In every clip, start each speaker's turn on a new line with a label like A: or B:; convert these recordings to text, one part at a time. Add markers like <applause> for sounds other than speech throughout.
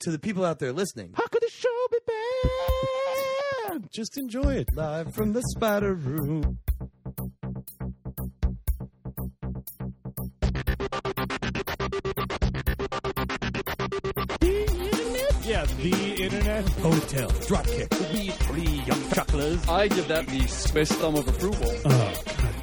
A: to the people out there listening.
B: How could the show be bad? Just enjoy it.
A: Live from the Spider Room.
B: Yeah, the internet.
A: Hotel. Dropkick.
B: We three young chucklers.
C: I give that the space thumb of approval.
B: Oh, God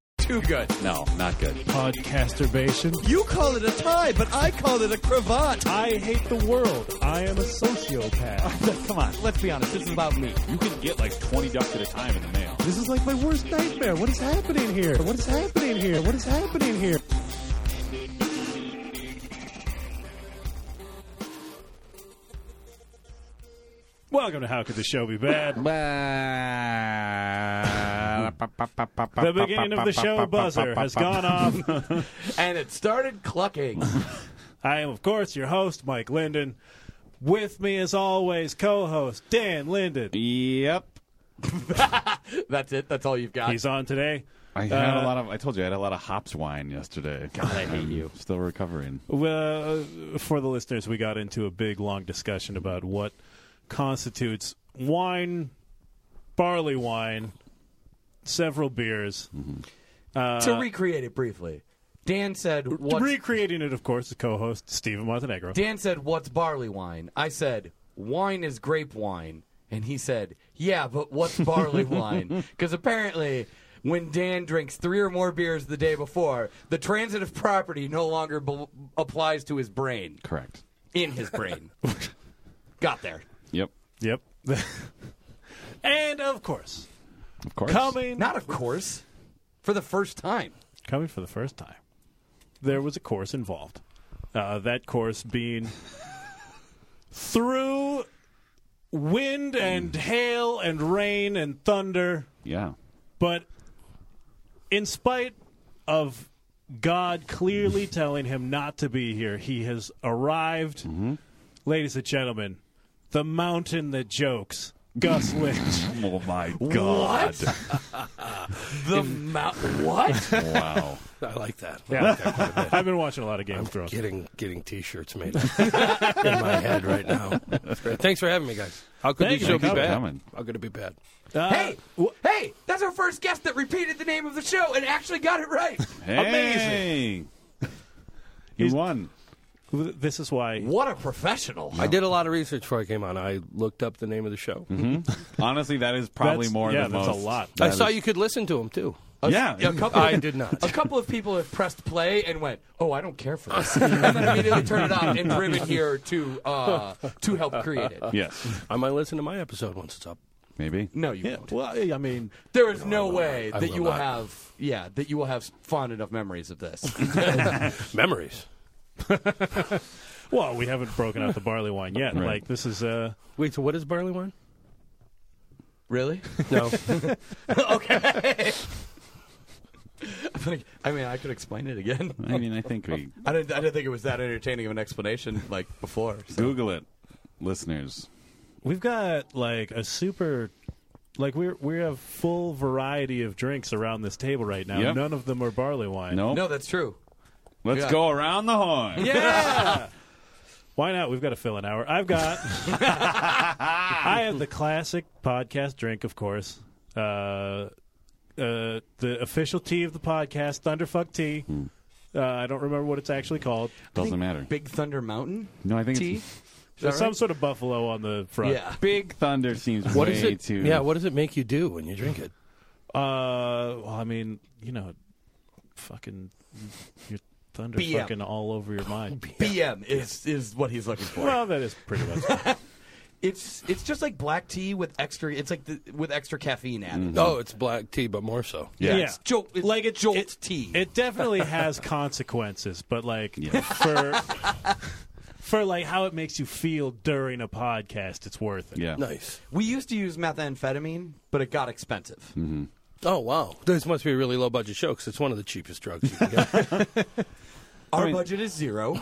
C: Too good.
B: No, not good. Podcasturbation.
A: You call it a tie, but I call it a cravat.
B: I hate the world. I am a sociopath. <laughs> Come on.
A: Let's be honest, this is about me.
D: You can get like 20 ducks at a time in the mail.
B: This is like my worst nightmare. What is happening here? What is happening here? What is happening here? Welcome to How Could the Show Be Bad?
E: <laughs> the
B: The beginning of the show buzzer has gone off. <laughs>
C: And it started
A: <laughs>
C: clucking.
B: I am, of course, your host, Mike Linden. With me, as always, co host Dan Linden.
E: Yep.
C: That's it. That's all you've got.
B: He's on today.
E: I had
B: Uh,
E: a lot of. I told you I had a lot of hops wine yesterday. God, I hate you. <laughs> Still recovering.
B: Well, uh, for the listeners, we got into a big, long discussion about what constitutes wine, barley wine, several beers.
A: Mm-hmm. to recreate it briefly, Dan said, what's,
B: Recreating it, of course, the co host, Steven Montenegro.
A: Dan said, what's barley wine? I said, wine is grape wine. And he said, yeah, but what's <laughs> barley wine? Because apparently... When Dan drinks three or more beers the day before, the transitive property no longer bel applies to his brain.
E: Correct.
A: in his brain. <laughs> Got there.
E: Yep.
B: Yep. <laughs> and, of course,
E: Of course.
B: coming
A: Not of course. For the first time.
B: coming for the first time, there was a course involved. Uh, that course being through wind
E: Mm.
B: and hail and rain and thunder,
E: Yeah.
B: but in spite of God
E: <laughs>
B: clearly telling him not to be here, he has arrived.
E: Mm-hmm.
B: Ladies and gentlemen, the mountain that jokes, Gus
E: <laughs>
B: Lynch.
E: Oh my God.
A: The mountain. <laughs> What?
E: wow.
F: I like that.
B: <laughs> I've been watching a lot of Game of Thrones.
F: Getting getting t-shirts made up in my head right now. <laughs> Thanks for having me, guys. How could
B: Thank
F: this
B: you
F: show
B: for
F: be bad?
E: coming.
F: How could it be bad?
B: Uh,
A: hey!
B: wh-
A: Hey! That's our first guest that repeated the name of the show and actually got it right.
E: Amazing. He
B: He's-
E: won.
B: this is why
A: what a professional.
F: I did a lot of research before I came on. I looked up the name of the show.
E: Honestly, that is probably
B: That's-
E: more
B: yeah,
E: than
B: that's a
E: most.
B: lot.
F: I
E: That
F: saw
E: is-
F: you could listen to him too. Uh,
E: Yeah.
A: A couple
F: I did not.
A: A couple of people have pressed play and went, "Oh, I don't care for this," and then immediately turned it on and driven here to uh, to help create it.
E: <laughs> Yes.
F: <laughs> I might listen to my episode once it's up.
E: Maybe.
A: No, you
B: Yeah,
A: won't.
B: well, I mean,
A: There is no, way
F: I
A: that
F: will
A: you will
F: not.
A: have, yeah, that you will have fond enough memories of this.
F: Memories.
B: well, we haven't broken out the barley wine yet.
E: Right.
B: Like this is uh,
F: Wait, so what is barley wine?
A: <laughs> really?
F: <laughs> No.
A: <laughs> Like, I mean, I could explain it again.
E: I mean, I
B: <laughs>
E: think we
A: <laughs> I didn't, I didn't think it was that entertaining of an explanation like before. so.
E: Google it, listeners.
B: we've got like a super, like we are we have full variety of drinks around this table right now.
E: Yeah.
B: None of them are barley wine.
E: No.
A: No, that's <laughs> true.
E: Let's
A: yeah.
E: go around the horn.
B: Yeah. Why not? We've got to fill an hour. I've got. I have the classic podcast drink, of course. Uh, uh, the official tea of the podcast, Thunderfuck Tea. Uh, I don't remember what it's actually called.
E: Doesn't matter.
A: Big Thunder Mountain
E: No, I think
A: tea.
E: it's
A: Is that
B: Some
A: right?
B: sort of buffalo on the front.
A: Yeah.
E: Big Thunder seems
F: What
E: way
F: is it?
E: too.
F: Yeah, what does it make you do when you drink it?
B: Uh, well, I mean, you know, fucking your thunder
A: BM.
B: fucking all
A: <laughs>
B: over your mind.
A: BM is is what he's looking for.
B: well, that is pretty much. it.
A: it's it's just like black tea with extra. It's like the, with extra caffeine added.
B: Mm.
F: Oh, it's black tea, but more so.
E: Yeah.
B: Yeah.
A: Jolt, it's like a jolt tea.
B: It definitely has consequences, but like
E: Yeah.
B: for for like how it makes you feel during a podcast, it's worth it.
E: Yeah.
F: Nice.
A: we used to use methamphetamine, but it got expensive.
B: Mm.
F: Oh wow, this must be a really low budget show because it's one of the cheapest drugs you can get.
A: Our
E: mean-
A: budget is zero.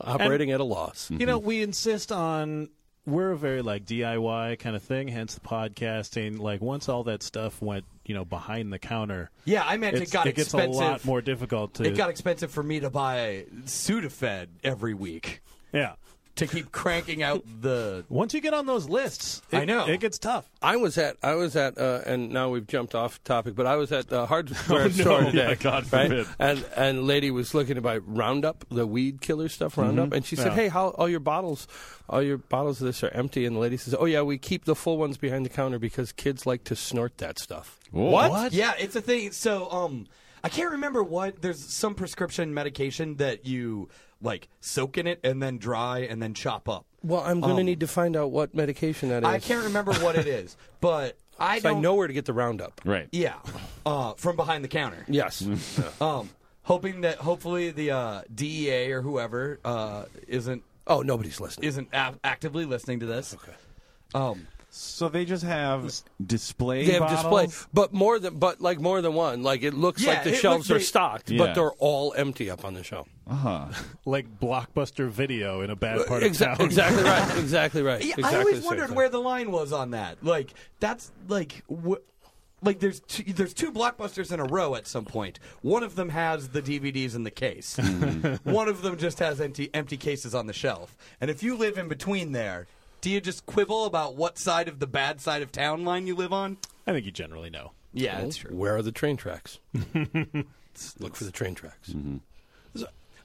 F: Operating at a loss.
E: Hmm.
B: you know, we insist on we're a very like DIY kind of thing, hence the podcasting. Like once all that stuff went, you know, behind the counter,
A: yeah, I meant it
B: it's-
A: got
B: it gets a
A: expensive.
B: lot more difficult to
A: It got expensive for me to buy Sudafed every week
B: yeah.
A: to keep cranking out the.
B: Once you get on those lists, it,
A: I know.
B: it gets tough.
F: I was at I was at uh, and now we've jumped off topic, but I was at the
E: <laughs>
F: hardware store
E: Oh, Yeah,
F: today.
E: God forbid.
F: right? And and lady was looking to buy Roundup, the weed killer stuff, Roundup,
E: Mm-hmm.
F: and she said,
B: Yeah.
F: "Hey, how all your bottles, all your bottles of this are empty?" And the lady says, "Oh yeah, we keep the full ones behind the counter because kids like to snort that stuff."
E: Whoa.
A: Yeah, it's a thing. So, um, I can't remember what. There's some prescription medication that you like soak in it and then dry and then chop up.
F: Well, I'm going to need to find out what medication that is.
A: I can't remember what it is,
B: <laughs>
A: but I
F: So I
A: don't
F: know where to get the Roundup.
E: Right.
A: Yeah, uh, from behind the counter.
E: <laughs>
F: Yes.
A: Um, hoping that hopefully the uh, DEA or whoever uh, isn't
F: oh, nobody's listening.
A: isn't a- actively listening to this. Okay. Um,
E: So they just have display.
F: they have
E: bottles?
F: display, but more than but like more than one. Like it looks
A: Yeah,
F: like the
A: it
F: shelves
A: looks-
F: are
A: they-
F: stocked,
E: Yeah.
F: but they're all empty up on the shelf.
E: Uh-huh.
B: Like blockbuster video in a bad part of
F: Exa-
B: town.
F: exactly right. Exactly right.
A: yeah,
F: exactly
A: I
F: the
A: always
F: same
A: wondered
F: thing.
A: where the line was on that. Like that's like wh- like there's two, there's two blockbusters in a row at some point. One of them has the DVDs in the case.
F: Mm-hmm.
A: One of them just has empty empty cases on the shelf. And if you live in between there, do you just quibble about what side of the bad side of town line you live on?
B: I think you generally know.
A: Yeah, that's true.
F: Where are the train tracks? Look for the train tracks.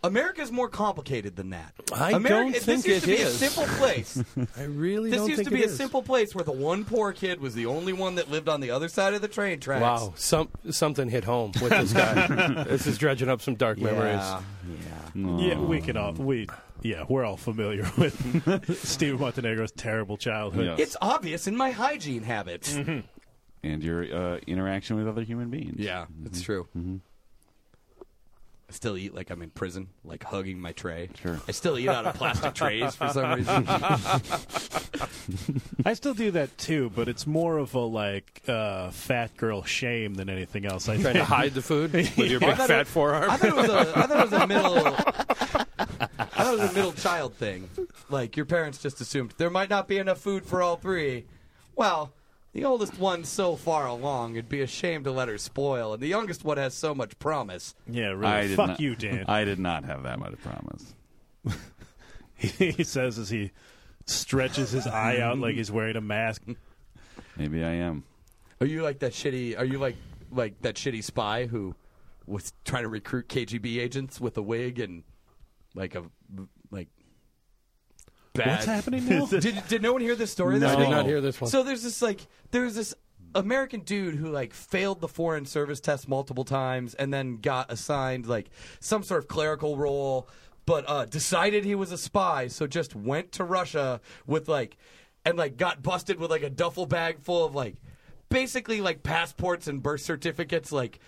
A: America's more complicated than that.
F: I
A: Ameri-
F: don't think
A: this used
F: it
A: to be
F: is.
A: a simple
F: <laughs>
A: place.
F: I really
A: this
F: don't
A: used
F: think
A: to be
F: it
A: a
F: is.
A: simple place where the one poor kid was the only one that lived on the other side of the train tracks.
F: Wow, some something hit home with this guy. this is dredging up some dark memories.
A: Yeah. yeah.
F: Mm.
B: Yeah, we can all we yeah we're all familiar <laughs> with Steve Montenegro's terrible childhood.
E: Yeah.
A: It's obvious in my hygiene
F: <laughs>
A: habits.
E: and your uh, interaction with other human beings.
A: Yeah,
F: Mm-hmm.
A: it's true. I still eat like I'm in prison, like hugging my tray.
E: Sure.
A: I still eat out of
F: <laughs>
A: plastic trays for some reason.
B: I still do that too, but it's more of a like uh, fat girl shame than anything else. I
F: Trying
B: think.
F: to hide the food with your
A: I
F: big
A: thought
F: fat
A: it- I
F: forearm.
A: thought it was a, I thought it was a middle. I thought it was a middle child thing. Like your parents just assumed there might not be enough food for all three. Well, the oldest one's so far along, it'd be a shame to let her spoil, and the youngest one has so much promise.
B: Yeah, really.
E: I did
B: Fuck
E: not-
B: you, Dan.
E: <laughs> I did not have that much promise.
B: <laughs> he says as he stretches his eye out like he's wearing a <laughs> mask.
E: Maybe I am.
A: Are you like that shitty? Are you like like that shitty spy who was trying to recruit KGB agents with a wig and like a like bad?
B: What's <laughs> happening
E: <laughs>
B: now?
A: Did, did no one hear this story?
F: I
A: This
F: did
A: week?
F: not hear this one.
A: So there's this like there's this American dude who like failed the foreign service test multiple times and then got assigned like some sort of clerical role, but uh, decided he was a spy, so just went to Russia with like and like got busted with like a duffel bag full of like basically like passports and birth certificates like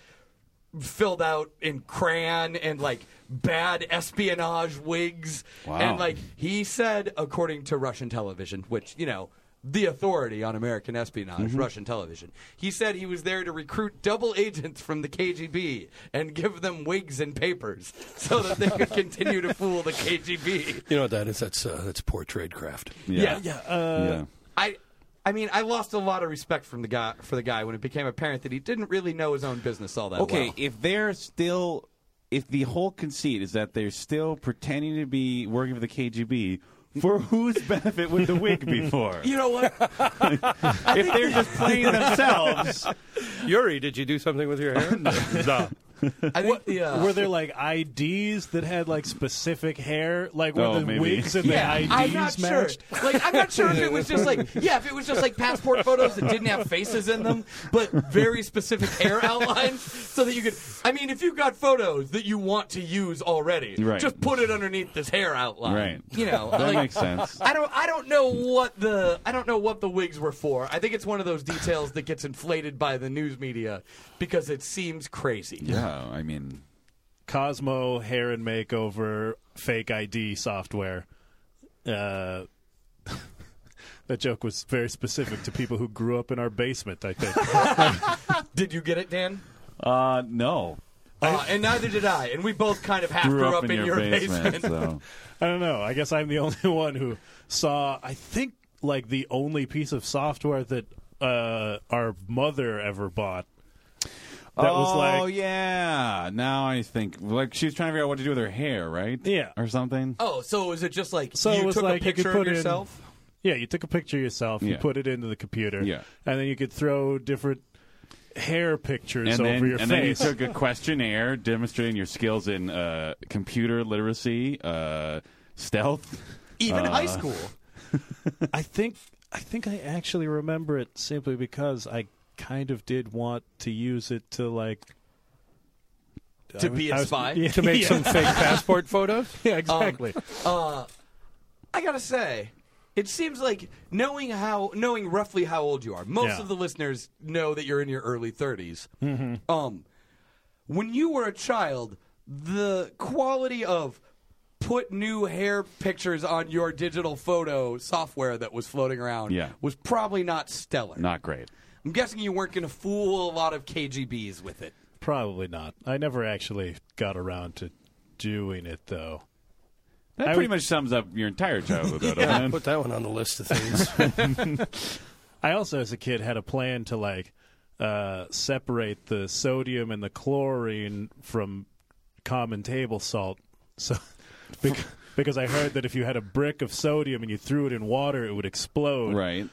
A: filled out in crayon and like bad espionage wigs.
E: Wow.
A: And like he said, according to Russian television, which, you know, the authority on American espionage, Russian television, he said he was there to recruit double agents from the KGB and give them wigs and papers so that they <laughs> could continue to fool the KGB.
F: You know what that is? That's uh, that's poor tradecraft.
A: Yeah.
B: yeah, uh,
E: Yeah.
A: I. I mean, I lost a lot of respect from the guy for the guy when it became apparent that he didn't really know his own business all that
E: Okay,
A: well.
E: if they're still, if the whole conceit is that they're still pretending to be working for the KGB, for whose <laughs> benefit would the wig be for?
A: You know what?
E: if they're just playing themselves,
F: <laughs> Yuri, did you do something with your hair?
A: I think the, uh,
B: Were there like IDs that had like specific hair? Like were
E: Oh,
B: the
E: maybe.
B: wigs and
A: Yeah,
B: the IDs
A: I'm not
B: matched?
A: sure. Like, I'm not sure if it was just like,
E: <laughs>
A: yeah, if it was just like passport photos that didn't have faces in them, but very specific
E: <laughs>
A: hair outlines, so that you could. I mean, if you got photos that you want to use already,
E: Right.
A: just put it underneath this hair outline.
E: Right.
A: You know,
E: that
A: like,
E: makes sense.
A: I don't. I don't know what the. I don't know what the wigs were for. I think it's one of those details that gets inflated by the news media because it seems crazy.
E: Yeah, I mean,
B: Cosmo hair and makeover fake ID software. Uh, <laughs> that joke was very specific to people who grew up in our basement. I think.
A: Did you get it, Dan?
E: uh, no.
A: Uh, and neither did I. And we both kind of half
E: Grew
A: grew
E: up in, your, basement, so. <laughs>
B: I don't know. I guess I'm the <laughs> only one who saw. I think like the only piece of software that uh, our mother ever bought. That
E: oh,
B: was like
E: yeah. Now I think like she was trying to figure out what to do with her hair, right?
B: Yeah.
E: or something.
A: Oh, so was it just like
B: So it
A: you
B: was
A: took
B: like
A: a
B: you could
A: picture of
B: put in-
A: yourself?
B: yeah. You took a picture of yourself. You
E: Yeah.
B: put it into the computer.
E: Yeah.
B: and then you could throw different hair pictures
E: and
B: over
E: then,
B: your
E: and
B: face.
E: then you took a questionnaire demonstrating your skills in uh, computer literacy, uh, stealth.
A: Even
B: uh,
A: high school.
B: <laughs> I think I think I actually remember it simply because I kind of did want to use it to like
A: To
B: I was-
A: be a
B: I was-
A: spy?
B: <laughs> yeah,
F: to make
B: yeah.
F: some fake passport photos.
B: yeah, exactly.
A: I gotta say, it seems like knowing how knowing roughly how old you are. Most
B: Yeah.
A: of the listeners know that you're in your early 30s.
B: Mm-hmm.
A: Um, when you were a child, the quality of put new hair pictures on your digital photo software that was floating around
E: Yeah.
A: was probably not stellar.
E: <laughs> Not great.
A: I'm guessing you weren't going to fool a lot of KGBs with it.
B: Probably not. I never actually got around to doing it though.
E: That
B: I
E: pretty
B: would-
E: much sums up your entire childhood, though, doesn't it?
F: Put that one on the list of things.
B: I also, as a kid, had a plan to like uh, separate the sodium and the chlorine from common table salt. <laughs> So, bec- because I heard that if you had a brick of sodium and you threw it in water, it would explode.
E: Right.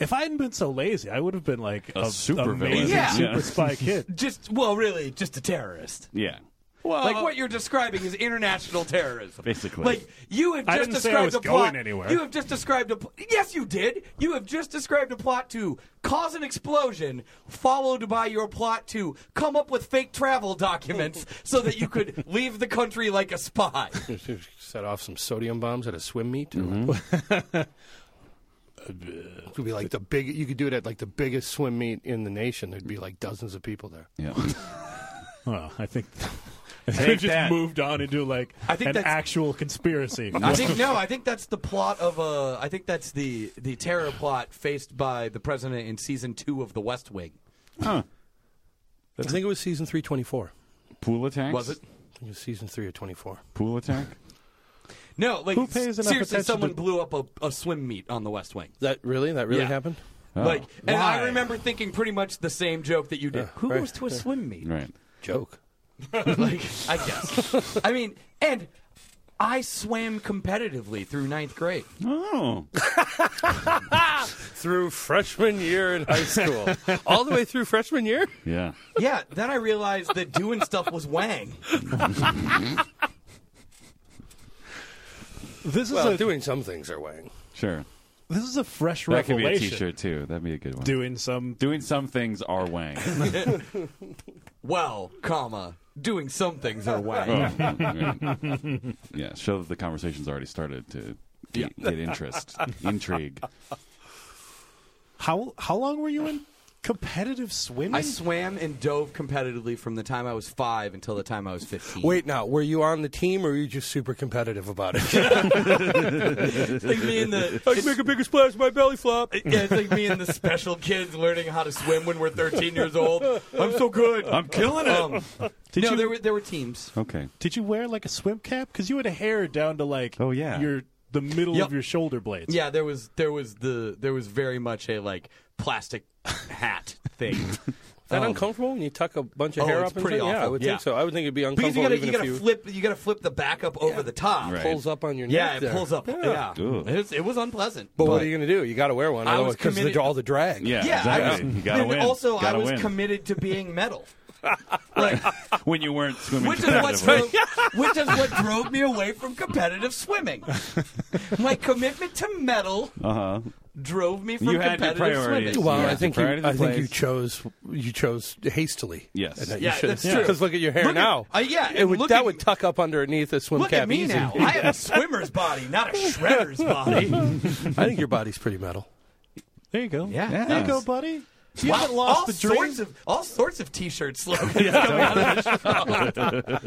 B: If I hadn't been so lazy, I would have been like
E: A
B: a,
E: super
B: amazing
E: villain.
A: Yeah.
B: super
E: Yeah.
B: spy
E: <laughs>
B: kid.
A: Just well, really, just a terrorist.
E: Yeah. Well,
A: like what you're describing is international terrorism.
E: Basically.
A: like you have
B: I
A: just
B: didn't say I
A: described
B: was
A: a plot.
B: going anywhere.
A: You have just described a. Pl- yes, you did. You have just described a plot to cause an explosion, followed by your plot to come up with fake travel
B: <laughs>
A: documents so that you could leave the country like a spy.
F: Set off some sodium bombs at a swim meet. Mm-hmm. <laughs> it could be like the big. You could do it at like the biggest swim meet in the nation. There'd be like dozens of people there.
A: <laughs>
E: Yeah.
B: Well, I think. <laughs>
E: Take
B: They just
E: that.
B: moved on into like
A: I think
B: an
A: that's-
B: actual
E: <laughs>
B: conspiracy.
A: I think no. I think that's the plot of uh, I think that's the the terror plot faced by the president in season two of The West Wing.
E: Huh.
F: I think it was season three twenty four.
E: Pool attacks?
A: Was it?
F: I think it was season three or twenty four.
E: Pool attack?
A: No, like
B: Who pays enough
A: seriously,
B: attention
A: someone
B: to-
A: blew up a, a swim meet on The West Wing.
F: That really? That really
A: Yeah.
F: happened?
A: Like, and I
B: Why?
A: remember thinking pretty much the same joke that you did. Who
F: right,
A: goes to a swim
F: <laughs>
A: meet?
E: Right.
F: Joke.
A: like, I guess. I mean, and I swam competitively through ninth grade.
E: Oh.
F: Through freshman year in high <laughs> school, all the way through freshman year.
E: Yeah.
A: Yeah, then I realized that doing stuff was wang.
B: This is
F: Well,
B: a
F: doing some things are weighing.
E: Sure.
B: this is a fresh
E: That could be a
B: revelation.
E: t shirt, too. That'd be a good one.
B: Doing some
E: Doing some things Oh, are wang.
A: Well, comma, doing some things are wang.
F: Oh.
E: Right. Yeah. Show that the conversation's already started to get, get interest, intrigue.
B: How how long were you in competitive swimming?
A: I swam and dove competitively from the time I was five until the time I was 15.
F: Wait, now were you on the team or were you just super competitive about <laughs> it?
A: like me and the,
F: I can make a bigger splash with my belly
A: <laughs>
F: flop.
A: yeah, it's like me and the special kids learning how to swim when we're 13 years old. I'm so good. I'm killing it. no,
B: you-
A: there were there were teams.
E: Okay.
B: Did you wear like a swim cap? Because you had hair down to like
E: Oh, yeah.
B: your the middle
A: Yep.
B: of your shoulder blades.
A: Yeah, there was there was the there was very much a like plastic hat thing.
F: that
A: Um,
F: uncomfortable when you tuck a bunch of
A: oh,
F: hair
A: it's
F: up? and
A: pretty
F: stuff? Yeah, I
A: awful,
F: would
A: yeah.
F: think so. I would think it'd be
A: Because you
F: uncomfortable
A: gotta you
F: even
A: gotta
F: if you
A: flip you gotta flip the back up over the top.
E: Right.
F: pulls up on your
A: Yeah,
F: neck.
A: it pulls
F: there.
A: up. Yeah,
E: Ugh.
A: It, was, it was unpleasant.
F: But, what are you going to do? You got to wear one.
A: I was
F: otherwise- 'cause of the-
A: committed-
F: all the drag.
E: Yeah.
A: yeah, I
E: exactly.
A: was- <laughs>
E: you gotta
A: and
E: win.
A: also I
E: Gotta
A: was
E: win.
A: committed to being metal. Like,
E: when you weren't swimming
A: which is what
E: competitively. <laughs>
A: drove, which is what drove me away from competitive swimming. My commitment to metal
E: Uh-huh.
A: drove me from
E: You had your
A: competitive
E: priorities.
A: swimming.
F: Well,
E: Yeah.
F: I think you,
E: Priority
F: I think you
E: place.
F: chose you chose hastily.
E: Yes.
F: And that
A: Yeah,
F: you shouldn't.
A: that's true.
F: Because look at your hair
A: Look at-
F: now.
A: uh, yeah,
F: it
A: and
F: would
A: look
F: that
A: at-
F: would tuck up underneath a swim
A: Look
F: cap
A: at me
F: easy.
A: now. I have a swimmer's body, not a shredder's body.
F: <laughs> I think your body's pretty metal.
B: There you go.
A: Yeah.
B: There you
E: Yes.
B: go, buddy. You
A: Wow,
B: haven't lost
A: all
B: the dream.
A: sorts of all sorts of t-shirt slogans.
B: All right. uh,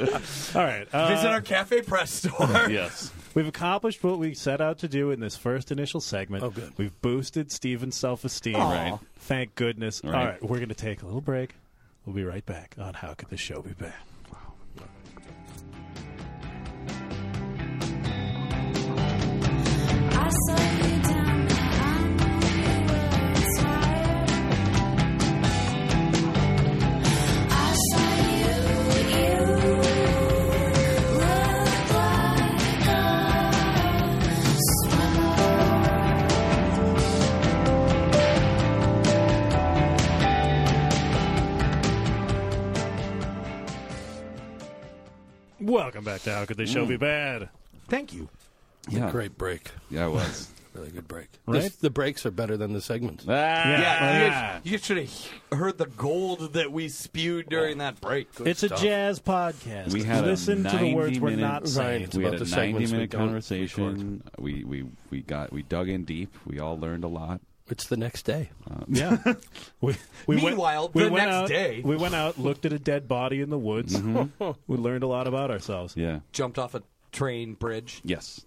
A: Visit our cafe press store.
E: Yes.
B: We've accomplished what we set out to do in this first initial segment.
F: Oh, good.
B: We've boosted Steven's self esteem.
A: Aw. Right.
B: Thank goodness.
E: Right.
B: All right. We're going to take a little break. We'll be right back on How Could This Show Be Bad? Welcome back to How Could They Show Me Bad?
A: Thank you.
E: Yeah,
F: Great break.
E: yeah, it was.
F: Really good break.
B: Right?
F: This- the breaks are better than the segments.
E: ah,
A: Yeah, you
B: Yeah.
A: guys- you, should have heard the gold that we spewed during that break.
B: It's a
F: stuff.
B: jazz podcast.
E: We had a
B: Listen to the words we're
E: 90
B: not
E: minute-
B: saying.
F: Right. It's
E: we
F: about
E: had a
F: the segments we
E: ninety-minute
F: don't
E: conversation. We, we we got we dug in deep. We all learned a lot.
F: It's the next day.
B: Yeah. <laughs> we, we
A: Meanwhile,
B: went, we
A: the
B: went
A: next
B: out,
A: day-
B: we went out, looked at a dead body in the woods. <laughs> we learned a lot about ourselves.
E: Yeah.
A: Jumped off a train bridge.
E: Yes.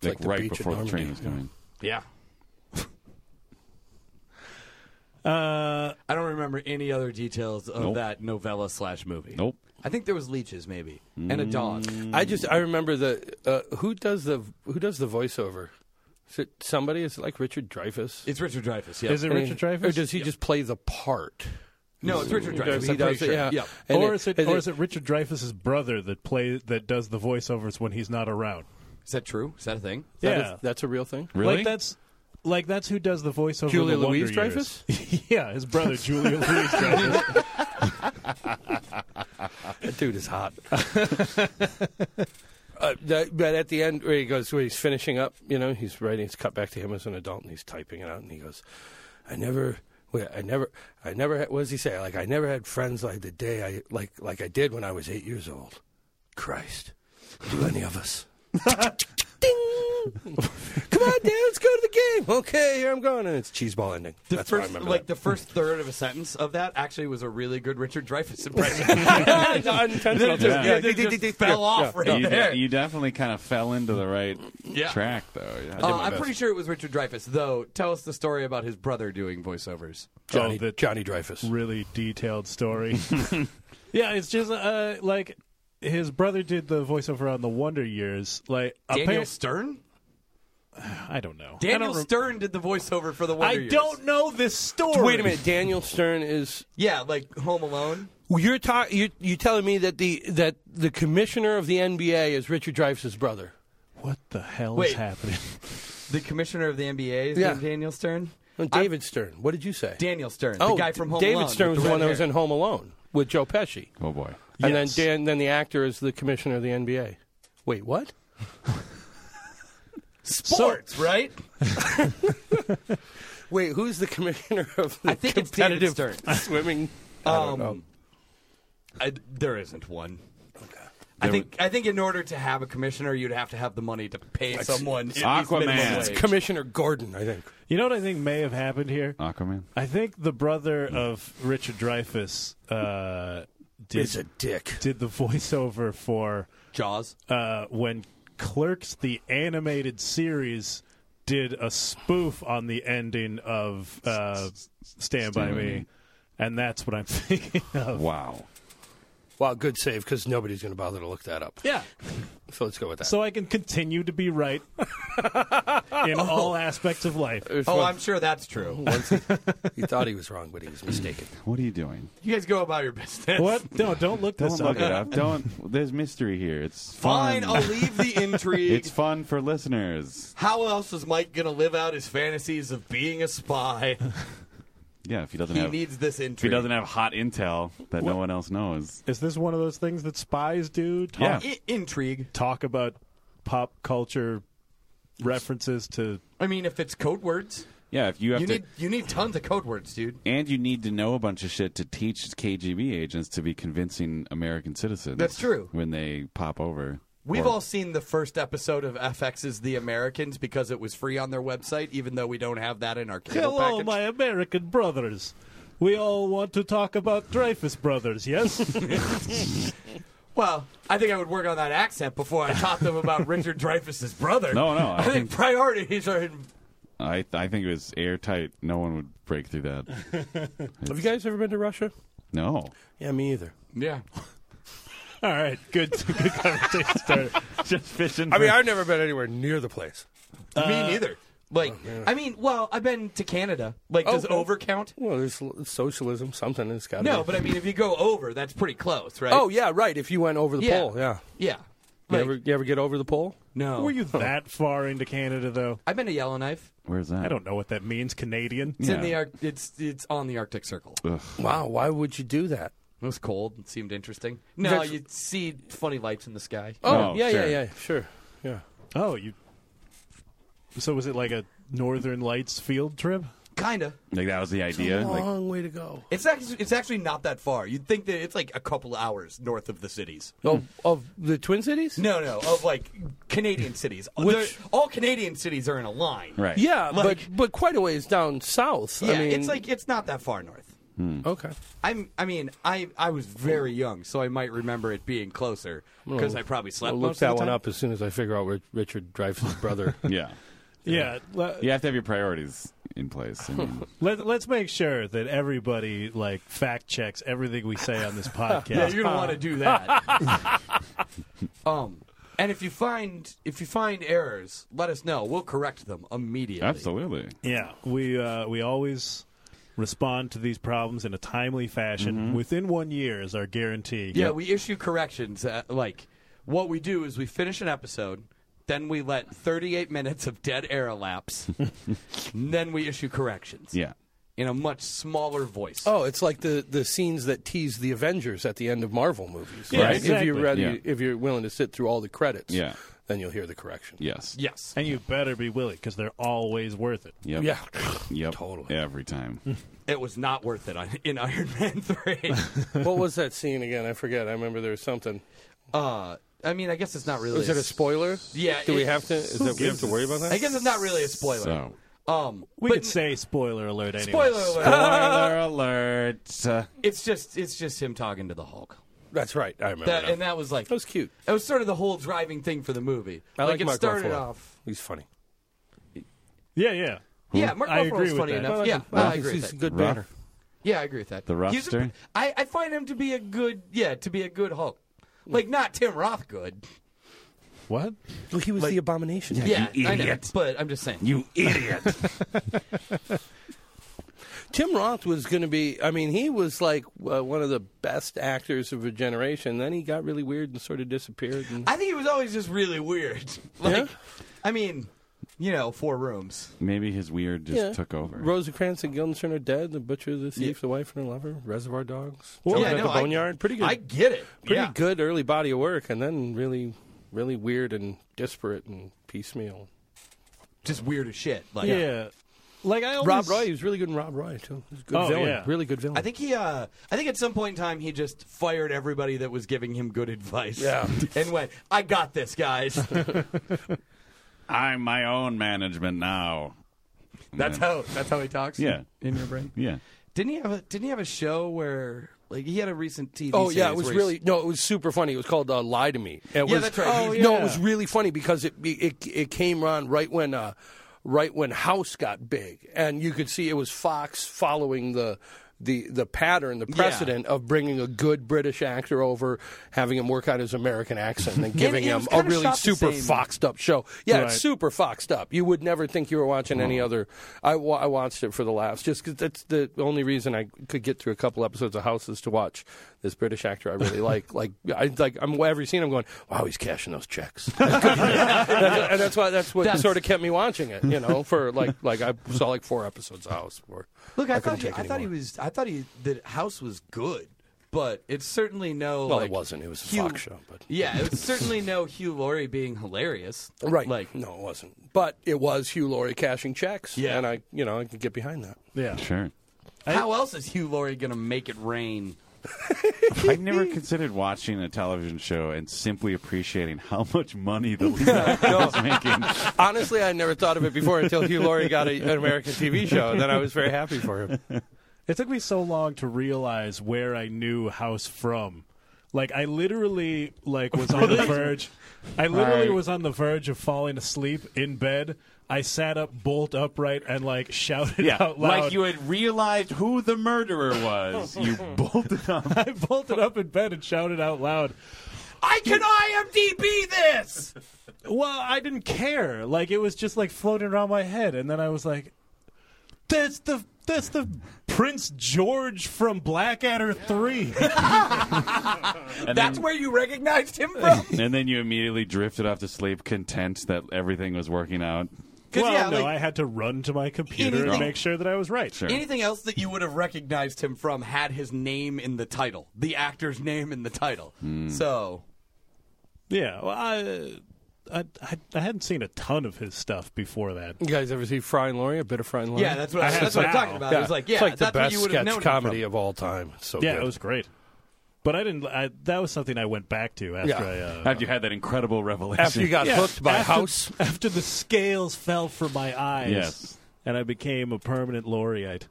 F: like
E: Like,
F: the
E: right
F: beach at
E: before the train
F: Normandy.
E: was coming.
A: Yeah.
B: Uh,
A: I don't remember any other details of
E: Nope.
A: that novella slash movie. <laughs>
E: Nope.
A: I think there was leeches, maybe, and a
B: Mm.
A: dog.
F: Mm. I just I remember the uh, who does the who does the voiceover. Is it somebody? Is it like Richard Dreyfuss?
A: It's Richard Dreyfuss. Yeah.
B: Is it Richard Dreyfuss?
F: Or does he just play the part?
A: No, it's Richard Dreyfuss.
F: He
A: I'm pretty
F: does it,
A: sure.
F: yeah.
A: Yep.
F: And
B: or is it,
F: and
B: or is it Richard Dreyfuss's brother that play that does the voiceovers when he's not around?
A: Is that true? Is that a thing?
F: that
B: yeah,
F: is- that's a real thing.
E: Really?
B: like that's like that's who does the voiceover.
F: Julia
B: in the Wonder
F: Louise
B: Years. <laughs> yeah, his brother Julia Louise Dreyfus.
F: That dude is hot. <laughs> Uh, that, but at the end, where he goes, where he's finishing up, you know, he's writing. It's cut back to him as an adult, and he's typing it out, and he goes, "I never, wait, I never, I never. Had, what does he say? Like I never had friends like the day I like like I did when I was eight years old. Christ, do any of us? Ding! Come on, Dad, let's go to the game. Okay, here I'm going, and it's cheeseball ending.
A: The
F: That's what I
A: first,
F: remember.
A: like
F: that.
A: the first third of a sentence of that, actually was a really good Richard Dreyfuss <laughs> impression.
F: It's unintentional.
A: Yeah.
F: Yeah.
A: They just fell off right
E: you,
A: there.
E: you definitely kind of fell into the right
A: Yeah.
E: track, though. Yeah.
A: Uh, I'm pretty sure it was Richard Dreyfuss, though. Tell us the story about his brother doing voiceovers.
F: Johnny,
B: Oh, the-
F: Johnny Dreyfus.
B: really detailed story. yeah, it's just uh, like his brother did the voiceover on the Wonder Years. Like
A: Daniel
B: apparent-
A: Stern.
B: I don't know. I
A: Daniel
B: don't, rem-
A: Stern did the voiceover for the Wonder
B: I
A: Years.
B: don't know this story.
F: Wait a minute, Daniel Stern is
A: Yeah, like Home Alone.
F: you're talking you you telling me that the that the commissioner of the NBA is Richard Dreyfuss's brother.
B: What the hell is
A: Wait.
B: happening? <laughs>
A: The commissioner of the NBA is
F: Yeah.
A: named Daniel Stern.
F: Oh, David Stern. What did you say?
A: Daniel Stern,
F: oh,
A: the guy from Home
F: David
A: Alone.
F: Stern
A: with
F: was the
A: red
F: one that was
A: hair.
F: in Home Alone with Joe Pesci.
E: Oh boy.
F: And then
B: Yes.
F: Dan then the actor is the commissioner of the NBA. Wait, what?
A: sports, right?
F: Wait, who's the commissioner of the
A: I think it's David
F: competitive
A: Stern.
F: swimming?
A: Um, I, there isn't one. I think I think in order to have a commissioner, you'd have to have the money to pay someone. at least
E: Aquaman.
A: minimum
E: It's
A: wage.
F: Commissioner Gordon, I think.
B: You know what I think may have happened here?
E: Aquaman.
B: I think the brother of Richard Dreyfuss uh,
F: Is a
B: did
F: dick.
B: did the voiceover for
A: Jaws.
B: uh, when Clerks, the animated series, did a spoof on the ending of uh, Stand by
E: Stand By
B: Me,
E: Me.
B: and that's what I'm <laughs> thinking
A: Oh.
B: of.
E: Wow.
F: Wow, good save because nobody's going to bother to look that up.
B: Yeah,
F: So let's go with that.
B: so I can continue to be right in all aspects of life.
A: Oh, I'm sure that's true.
F: <laughs> he thought he was wrong, but he was mistaken.
E: What are you doing?
A: You guys go about your business.
B: What? No, don't look
E: Don't
B: this
E: look
B: up.
E: it up. Don't. There's mystery
A: <laughs>
E: here. It's fun.
A: Fine, I'll leave
F: <laughs>
A: the intrigue.
E: It's fun for listeners.
A: How else is Mike going to live out his fantasies of being a
F: <laughs>
A: spy?
E: Yeah, if he doesn't
A: He
E: have
A: needs this intrigue.
E: if he doesn't have hot intel that no one else knows.
B: Is this one of those things that spies do? Talk,
E: Yeah.
A: I- intrigue.
B: talk about pop culture references to
A: I mean, if it's code words,
E: Yeah, if you have
A: you
E: to
A: need you need tons of code words, dude.
E: and you need to know a bunch of shit to teach KGB agents to be convincing American citizens.
A: That's true.
E: When they pop over.
A: We've
E: Or-
A: all seen the first episode of FX's The Americans because it was free on their website, even though we don't have that in our cable
B: Hello,
A: package.
B: my American brothers. We all want to talk about Dreyfus Brothers, <laughs> yes?
A: Well, I think I would work on that accent before I taught them
B: <laughs>
A: about Richard Dreyfuss's brother.
E: No, no, I
A: I, think
E: think-
A: priorities are. In,
E: I I think it was airtight. No one would break through
F: <laughs>
E: that.
F: Have you guys ever been to Russia?
E: No.
F: Yeah, me either.
A: yeah,
B: all right, good, good conversation starter. <laughs>
E: Just fishing.
F: I mean, I've never been anywhere near the place.
B: Uh,
A: Me neither. Like,
B: oh,
A: I mean, well, I've been to Canada. Like, does
F: Okay.
A: over count?
F: Well, there's l- socialism. Something has got to
A: No, but I mean, if you go over, that's pretty close, right?
F: oh yeah, right. If you went over the
A: Yeah.
F: pole, yeah.
A: yeah.
F: You
A: Like,
F: ever, you ever get over the pole?
A: no.
B: Were you that far into Canada though?
A: I've been to Yellowknife.
E: Where's that?
B: I don't know what that means. Canadian.
A: It's in
E: Yeah.
A: the Arc- it's it's on the Arctic Circle.
F: Wow, why would you do that?
A: It was cold. It seemed interesting. No,
F: That's-
A: you see funny lights in the sky.
F: Oh,
E: Oh,
F: yeah,
E: sure.
F: yeah, yeah, sure, yeah.
B: Oh, you. So was it like a Northern Lights field trip?
A: Kinda.
E: Like that was the idea. Like,
F: Long way to go.
A: It's actually it's actually not that far. You'd think that it's like a couple hours north of the cities.
F: Of, Oh, of the Twin Cities?
A: No, no, of like Canadian <laughs> cities.
F: Which-
A: They're- all Canadian cities are in a line.
E: right.
F: Yeah,
A: Like-
F: but but quite a ways down south.
A: Yeah,
F: I mean,
A: it's like it's not that far north.
F: okay.
A: I'm. I mean, I I was very young, so I might remember it being closer because I probably slept.
F: I'll look
A: most of the
F: that one
A: time.
F: up as soon as I figure out where Richard Dreyfuss'
A: <laughs>
F: brother.
E: Yeah.
B: Yeah. le-
E: You have to have your priorities in place. I
F: <laughs>
E: mean,
B: Let, let's make sure that everybody like fact checks everything we say on this
A: <laughs>
B: podcast.
A: Yeah, you're gonna want to do that. <laughs> um, and if you find if you find errors, let us know. We'll correct them immediately.
E: absolutely.
B: Yeah, we uh, we always respond to these problems in a timely fashion. Within one year is our guarantee.
A: Mm-hmm. Yeah, we issue corrections. Uh, like, what we do is we finish an episode, then we let 38 minutes of dead air
E: <laughs>
A: elapse, and then we issue corrections.
E: Yeah.
A: In a much smaller voice.
F: oh, it's like the, the scenes that tease the Avengers at the end of Marvel movies.
B: Yeah,
F: right? If
B: exactly.
F: you're ready,
E: Yeah.
F: if you're willing to sit through all the credits,
E: Yeah.
F: then you'll hear the correction.
E: Yes.
A: Yes.
B: and you better be willing because they're always worth it.
E: Yep.
F: Yeah.
E: Yep.
F: Totally.
E: Every time.
A: It was not worth it on- in Iron Man
E: <laughs>
A: 3.
F: <laughs> what was that scene again? I forget. I remember there was something.
A: uh, I mean, I guess it's not really.
F: Was it a spoiler?
A: Yeah,
F: Do we
A: it-
F: have to? Is that we have to worry about that?
A: I guess it's not really a spoiler.
E: So.
F: <laughs>
A: Um,
B: We
A: but
B: could say spoiler alert. Anyway.
A: spoiler alert.
E: Spoiler alert. Uh,
A: It's just it's just him talking to the Hulk.
F: That's right. I remember.
A: That,
F: now.
A: and that was like
F: That was cute.
A: It was sort of the whole driving thing for the movie.
F: I like,
A: it
F: Mark
A: started
F: Ruffalo.
A: off.
F: He's funny.
B: Yeah, yeah.
A: Yeah, Mark
B: I agree
A: Ruffalo's
B: with
A: funny
B: that.
A: enough.
B: Well,
A: yeah,
F: Well,
A: I agree.
F: He's,
A: with
F: he's a
A: that.
F: good
E: Rough.
F: banner.
A: Yeah, I agree with that.
E: The
A: He's a-
E: Ruffster?
A: I, I find him to be a good. Yeah, to be a good Hulk. Like not Tim Roth good.
B: What?
F: Well, he was the abomination.
A: Yeah,
E: you
A: I know.
E: idiot.
A: But I'm just saying.
E: you idiot.
F: Tim Roth was going to be. I mean, he was like uh, one of the best actors of a generation. Then he got really weird and sort of disappeared. And,
A: I think he was always just really weird. Like,
F: Yeah?
A: I mean, you know, four rooms.
E: Maybe his weird just
F: Yeah.
E: took over.
F: Rosencrantz and Guildenstern are dead. The butcher, the thief, the wife, and her lover. Reservoir Dogs.
A: Well,
F: Well,
A: yeah,
F: at
A: no,
F: the
A: I-
F: boneyard. pretty good.
A: I get it.
F: pretty
A: yeah.
F: good early body of work, and then really, really weird and disparate and piecemeal.
A: Just weird as shit. Like,
B: Yeah. Like I always.
F: Rob Roy, he was really good in Rob Roy too. He was a good
B: Oh,
F: villain,
B: yeah.
F: really good villain.
A: I think he, uh, I think at some point in time, he just fired everybody that was giving him good advice.
F: Yeah.
A: <laughs> and went, I got this, guys.
E: I'm my own management now.
A: that's how, that's how he talks.
E: Yeah.
A: <laughs> In your brain.
E: Yeah.
A: Didn't he have a, didn't he have a show where, like, he had a recent TV
F: Oh yeah,
A: series
F: it was
A: where he's-
F: really no, it was super funny. It was called uh, "Lie to Me." It yeah, was,
A: that's right. Oh,
F: No, it was really funny because it it it came on right when uh, right when House got big, and you could see it was Fox following the. The, the pattern, the precedent of bringing a good British actor over, having him work out his American accent,
A: <laughs>
F: and giving
A: it
F: him
A: was
F: a
A: kinda
F: really
A: shot the
F: super
A: same.
F: foxed up show. Yeah, it's
B: Right.
F: super foxed up. You would never think you were watching any other. I, wa- I watched it for the laughs, just 'cause that's the only reason I could get through a couple episodes of House is to watch this British actor
A: <laughs>
F: I really like. Like, I like I'm every scene I'm going, wow, he's cashing
A: <laughs>
F: those checks, That's good. That's- and that's why that's what
A: That's-
F: sort of kept me watching it. You know, for like like I saw like four episodes of House before.
A: Look, I,
F: I couldn't
A: thought he,
F: take
A: I thought he
F: anymore.
A: was. I thought he the house was good, but it's certainly no.
F: Well, it
A: like,
F: wasn't. It was a Fox show, but-
A: yeah,
F: <laughs>
A: it's certainly no Hugh Laurie being hilarious.
F: Right.
A: Like,
F: no, it wasn't. But it was Hugh Laurie cashing checks.
A: Yeah.
F: And I, you know, I could get behind that.
B: Yeah.
E: Sure.
A: how else is Hugh Laurie gonna make it rain?
E: I've never considered watching a television show and simply appreciating how much money
A: <laughs>
E: the lead actor was making.
F: <laughs> Honestly, I never thought of it before until Hugh Laurie got a, an American TV show, and then I was very happy for him.
B: It took me so long to realize where I knew House from. Like I literally like was on the verge. I literally
E: Right.
B: was on the verge of falling asleep in bed. I sat up bolt upright and like shouted
E: Yeah,
B: out loud.
E: like you had realized who the
A: <laughs>
E: murderer was. You bolted up.
B: <laughs> I bolted up in bed and shouted out loud.
A: I can IMDb this.
B: Well, I didn't care. Like it was just like floating around my head, and then I was like, "That's the that's the Prince George from Blackadder <laughs> 3.
E: And
A: That's
E: then,
A: where you recognized
F: <laughs>
A: him from?
E: and then you immediately drifted off to sleep, content that everything was working out.
B: well,
A: yeah,
B: no,
A: like-
B: I had to run to my computer and
A: Anything-
B: make sure that I was right.
E: Sure.
A: Anything else that you would have recognized him from had his name in the title, the actor's name in the title. So
B: Yeah, well, I, I I I hadn't seen a ton of his stuff before that.
F: You guys ever see Fry and Laurie? A bit of Fry and Laurie?
A: yeah, that's what I,
B: I have
A: that's what I'm
B: now.
A: talking about. It was like yeah,
F: it's like the
A: that's what
F: best
A: you would have
F: sketch
A: known him
F: comedy of all time. It's so
B: Yeah,
F: good.
B: it was great. But I didn't. I, that was something I went back to after
F: Yeah.
B: I.
E: <laughs>
B: Uh,
E: After you had that incredible revelation.
F: After you got
B: Yeah,
F: hooked by
B: after-
F: House,
B: after the scales fell from my eyes.
E: Yes.
B: And I became a permanent laureate.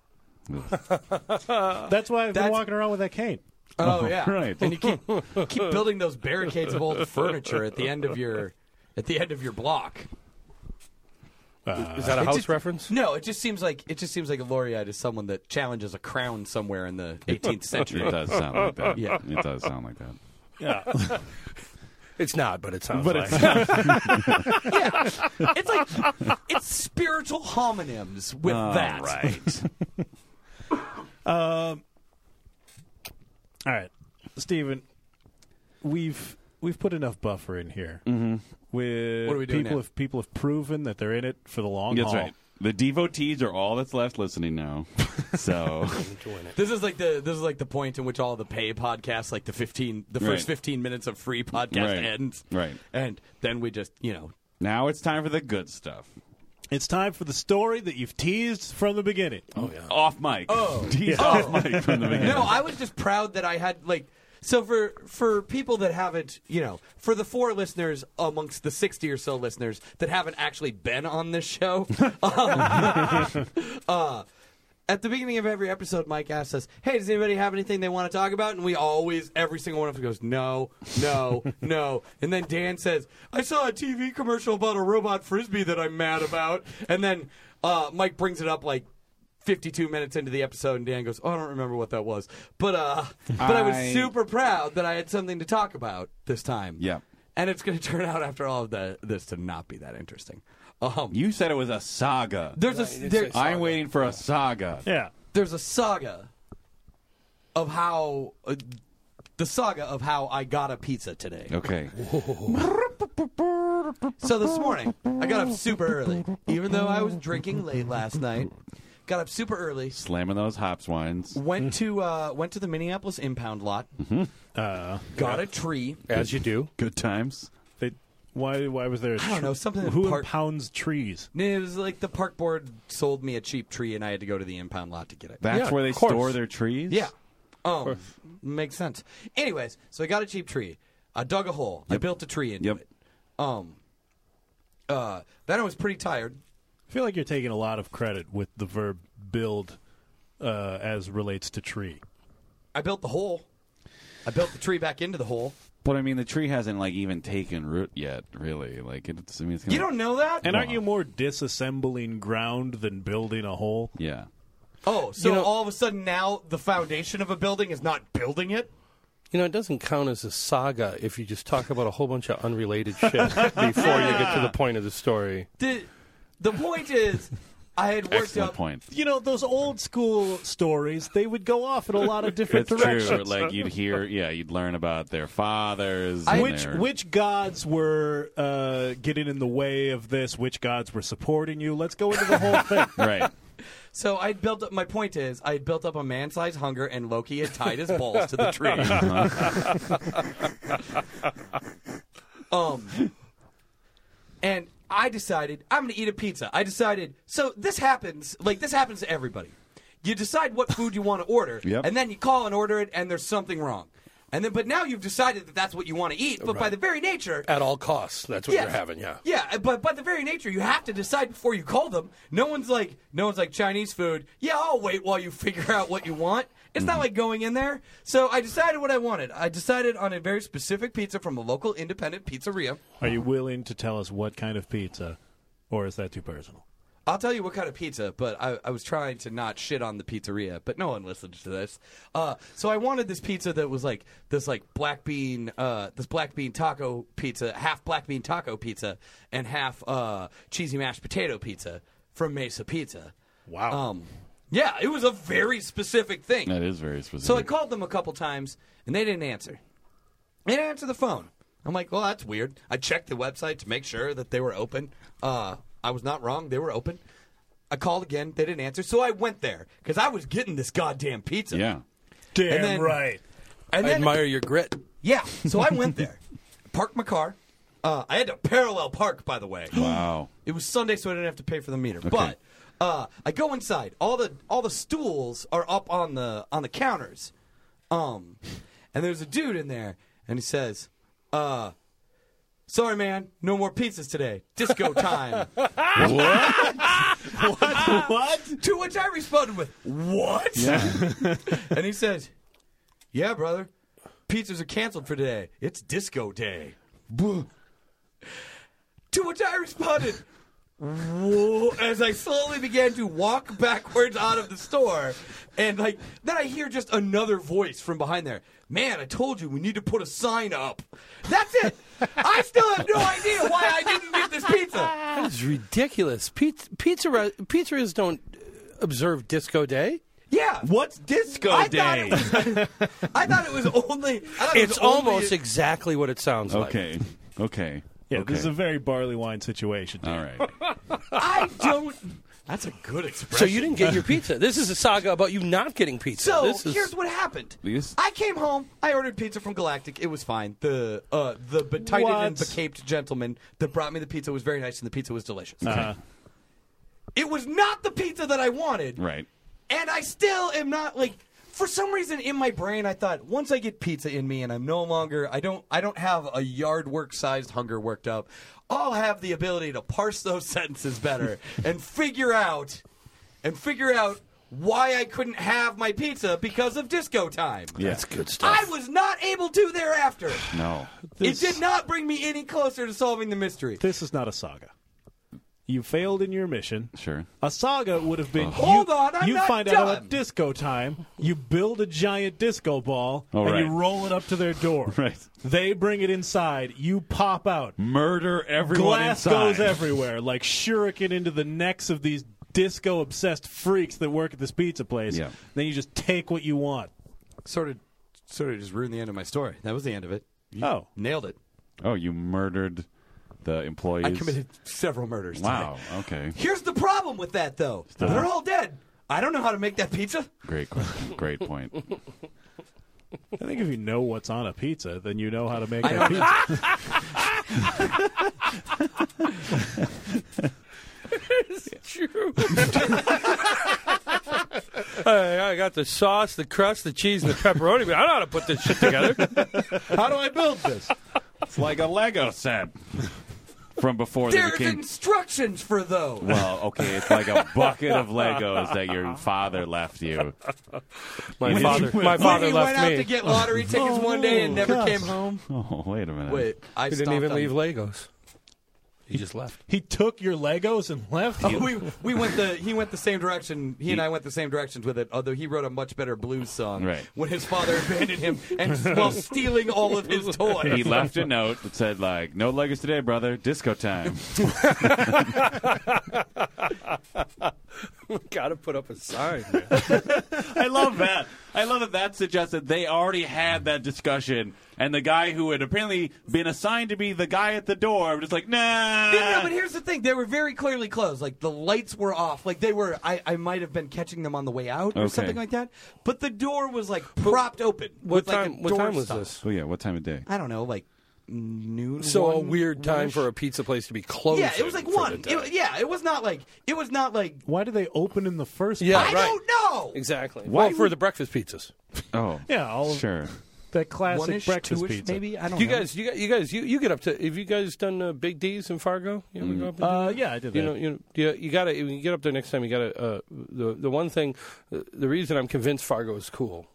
B: That's why I've
A: That's-
B: been walking around with that cane.
A: from. Oh yeah,
E: Right.
A: And you keep keep building those barricades of old furniture at the end of your at the end of your block.
F: is that a House
A: just-
F: reference?
A: No, it just seems like it just seems like a laureate is someone that challenges a crown somewhere in the 18th
E: <laughs> It <laughs>
A: century.
E: does sound like
A: <laughs>
E: that.
A: Yeah.
E: It does sound like that.
B: <laughs> Yeah.
F: It's not, but it sounds like.
A: it's like it's spiritual homonyms with that.
E: Right.
B: All right, Stephen, we've we've put enough buffer in here. With
A: What are we doing
B: people
A: now?
B: have people have proven that they're in it for the long
E: That's
B: haul.
E: right. The devotees are all that's left listening now. So
A: <laughs> This is like the this is like the point in which all the pay podcasts, like the fifteen, the first
E: Right.
A: fifteen minutes of free podcast
E: Right.
A: ends,
E: Right.
A: and then we just you know
E: now it's time for the good stuff.
B: It's time for the story that you've teased from the beginning.
E: Off mic.
A: Oh.
E: Tease <laughs> off mic from the beginning.
A: No, I was just proud that I had like so for for people that haven't, you know, for the four listeners amongst the 60 or so listeners that haven't actually been on this show. <laughs> um, uh, <laughs> at the beginning of every episode, Mike asks us, "Hey, does anybody have anything they want to talk about?" And we always, every single one of us goes, "No, no, no." And then Dan says, "I saw a TV commercial about a robot frisbee that I'm mad about." And then uh, Mike brings it up like 52 minutes into the episode, and Dan goes, "Oh, I don't remember what that was," but uh, but I, was
E: I-
A: super proud that I had something to talk about this time.
E: Yep.
A: and it's going to <laughs> turn out after all of the, this to not be that interesting. Um,
E: You said it was a saga.
A: there's
F: Yeah,
A: a
F: you did
A: there,
F: say
E: I'm waiting for a saga.
B: Yeah.
A: there's a saga of how uh, the saga of how I got a pizza today.
E: Okay.
A: So this morning, I got up super early, even though I was drinking late last night. Got up super early,
E: Slamming those hops wines.
A: went to uh, went to the Minneapolis impound lot,
B: Uh,
A: got a tree.
F: As you do.
E: Good times.
B: they, why why was there? I
A: I don't know, something that
B: Who
A: part-
B: impounds trees?
A: No, It was like the park board sold me a cheap tree, and I had to go to the impound lot to get it.
E: That's
F: Yeah,
E: where they
F: of course.
E: store their trees?
A: yeah, um, makes sense. Anyways, so I got a cheap tree. I dug a hole. I built a tree into
E: Yep.
A: it. Um, uh, then I was pretty tired.
B: I feel like you're taking a lot of credit with the verb build uh, as relates to tree.
A: I built the hole. I built the tree back into the hole.
E: But I mean, the tree hasn't like even taken root yet, really. Like it's. I mean, it's gonna,
A: You don't know that?
B: And aren't
E: Wow.
B: you more disassembling ground than building a hole?
E: Yeah.
A: oh, so
F: You know-
A: all of a sudden now the foundation of a building is not building it?
F: You know, it doesn't count as a saga if you just talk about a whole bunch of unrelated shit <laughs> before you get <laughs> to the point of the story.
A: The, the point is, I had worked
E: Excellent
A: up.
E: point.
B: You know, those old school stories, they would go off in a lot of different
E: It's
B: directions.
E: true. Like you'd hear, yeah, you'd learn about their fathers. and
B: Which
E: their-
B: which gods were uh, getting in the way of this? Which gods were supporting you? Let's go into the whole thing.
E: right?
A: So I built up. My point is, I had built up a man-sized hunger, and Loki had tied his balls to the tree.
E: <laughs> Uh-huh.
A: um, and I decided I'm going to eat a pizza. I decided. So this happens. Like this happens to everybody. You decide what food you want to order,
E: Yep.
A: and then you call and order it, and there's something wrong. And then, but now you've decided that that's what you want to eat. But by
F: Right.
A: the very nature,
F: At all costs, that's what
A: Yes.
F: you're having, yeah.
A: Yeah, uh, but by the very nature, you have to decide before you call them. No one's like, no one's like Chinese food. Yeah, I'll wait while you <laughs> figure out what you want. It's
F: Mm-hmm.
A: not like going in there. So I decided what I wanted. I decided on a very specific pizza from a local independent pizzeria.
B: Are you willing to tell us what kind of pizza, or is that too personal?
A: I'll tell you what kind of pizza, but I, I was trying to not shit on the pizzeria, but no one listens to this. Uh, so I wanted this pizza that was like this like black bean, uh, this black bean taco pizza, half black bean taco pizza and half uh, cheesy mashed potato pizza from Mesa Pizza.
B: Wow.
A: Um, yeah, it was a very specific thing.
E: That is very specific.
A: So I called them a couple times, and they didn't answer. They didn't answer the phone. I'm like, well, that's weird. I checked the website to make sure that they were open. Uh, I was not wrong; they were open. I called again. They didn't answer, so I went there because I was getting this goddamn pizza.
E: yeah.
B: Damn
A: and then-
B: right.
A: and
F: I
A: then
F: admire your grit.
A: yeah. So I went there, parked my car. Uh, I had to parallel park, by the way.
E: Wow.
A: It was Sunday, so I didn't have to pay for the meter. But uh, I go inside. All the all the stools are up on the on the counters, um, and there's a dude in there, and he says, uh, "Sorry, man, no more pizzas today. Disco time."
B: <laughs> What?
A: to which I responded with, "What?"
E: Yeah.
A: <laughs> And he says, "Yeah, brother, pizzas are canceled for today. It's disco day." Buh. to which I responded, "Whoa!" As I slowly began to walk backwards out of the store, and like then I hear just another voice from behind there. Man, I told you we need to put a sign up. That's it. I still have no idea why I didn't get this pizza.
F: That is ridiculous. Pizza, pizza re- pizzerias don't observe Disco Day.
A: Yeah,
E: What's disco
A: I thought, it was, I thought it was only. I thought it was
F: It's
A: only-
F: almost exactly what it sounds like.
E: okay. Okay.
B: Yeah,
E: okay.
B: this is a very barley wine situation. dude.
E: All right.
A: I don't. That's a good expression.
F: So you didn't get your pizza. This is a saga about you not getting pizza.
A: So
F: This is-
A: here's what happened.
E: Yes.
A: I came home. I ordered pizza from Galactic. It was fine. The uh, the betighted and
B: What?
A: becaped gentleman that brought me the pizza was very nice, and the pizza was delicious.
B: Uh, Uh-huh.
A: It was not the pizza that I wanted,
E: Right.
A: and I still am not like. For some reason, in my brain, I thought once I get pizza in me, and I'm no longer I don't I don't have a yard work sized hunger worked up. I'll have the ability to parse those <laughs> sentences better and figure out and figure out why I couldn't have my pizza because of disco time.
E: Yeah.
F: that's good stuff.
A: I was not able to thereafter.
E: No.
A: It did not bring me any closer to solving the mystery.
B: This is not a saga. You failed in your mission.
E: Sure.
B: A saga would have
E: Oh.
B: been.
A: Hold
B: you,
A: on, I'm
B: you
A: not
B: find out
A: done.
B: about disco time. You build a giant disco ball
E: All
B: and
E: right.
B: you roll it up to their door.
E: <laughs> Right.
B: They bring it inside. You pop out.
E: Murder everyone
B: Glass
E: inside.
B: goes everywhere, like shuriken into the necks of these disco obsessed freaks that work at this pizza place.
E: Yeah.
B: Then you just take what you want.
A: Sort of, sort of just ruined the end of my story. That was the end of it. You
B: Oh.
A: nailed it.
E: Oh, you murdered the employees.
A: I committed several murders. today.
E: Wow. Okay.
A: Here's the problem with that, though. They're all dead. I don't know how to make that pizza.
E: Great question. Great point.
B: I think if you know what's on a pizza, then you know how to make
A: I
B: that
A: know.
B: pizza.
F: true. I, I got the sauce, the crust, the cheese, and the pepperoni. But I don't know how to put this shit together.
B: how do I build this?
E: It's like a Lego set from before they
A: There's
E: became.
A: instructions for those.
E: Well, okay, it's like a bucket of Legos that your father left you.
F: My
E: When
F: father,
E: you-
F: my
A: when
E: when
F: father
A: he went
F: left
A: out
F: me.
A: to get lottery tickets one day and never
B: gosh.
A: came home.
E: Oh, wait a minute.
A: Wait, I
F: he didn't
A: stomped
F: even
A: on-
F: leave Legos. He just left.
B: He took your Legos and left
A: <laughs>
B: you.
A: we we went the he went the same direction. He and I went the same directions with it. Although he wrote a much better blues song
E: Right.
A: when his father <laughs> abandoned him and while stealing all of his toys.
E: He left a note that said, like, no Legos today, brother. Disco <laughs> time.
F: Got to put up a sign.
E: <laughs> I love that. I love that that suggests that they already had that discussion, and the guy who had apparently been assigned to be the guy at the door was like, nah.
A: No, no, but here's the thing: they were very clearly closed. Like the lights were off. Like they were. I, I might have been catching them on the way out or
E: Okay.
A: something like that. But the door was like propped open. with,
F: What
A: like, a
F: time? What
A: door
F: time was
A: stop.
F: this?
E: oh, yeah, what time of day?
A: I don't know, like noon.
F: So a
A: one?
F: weird time for a pizza place to be closed.
A: Yeah, it was like
F: for the
A: one.
F: day.
A: It, yeah, it was not like it was not like.
B: Why did they open in the first
F: Yeah,
B: place?
A: I
F: right.
A: don't know.
F: Exactly.
E: Why
F: well, for
E: would-
F: the breakfast pizzas.
E: Oh,
B: Yeah, all of
E: sure.
B: that classic
A: One-ish,
B: breakfast
A: two-ish,
B: pizza.
A: maybe. I don't.
F: Do you
A: know.
F: guys, you guys, you guys, you, you get up to. Have you guys done uh, Big D's in Fargo? You
A: Mm-hmm.
F: ever go up and do
B: Uh,
F: that?
B: yeah, I did that.
F: You know, you know, you, you gotta. uh, When you get up there next time, you gotta. Uh, the the one thing, the, the reason I'm convinced Fargo is cool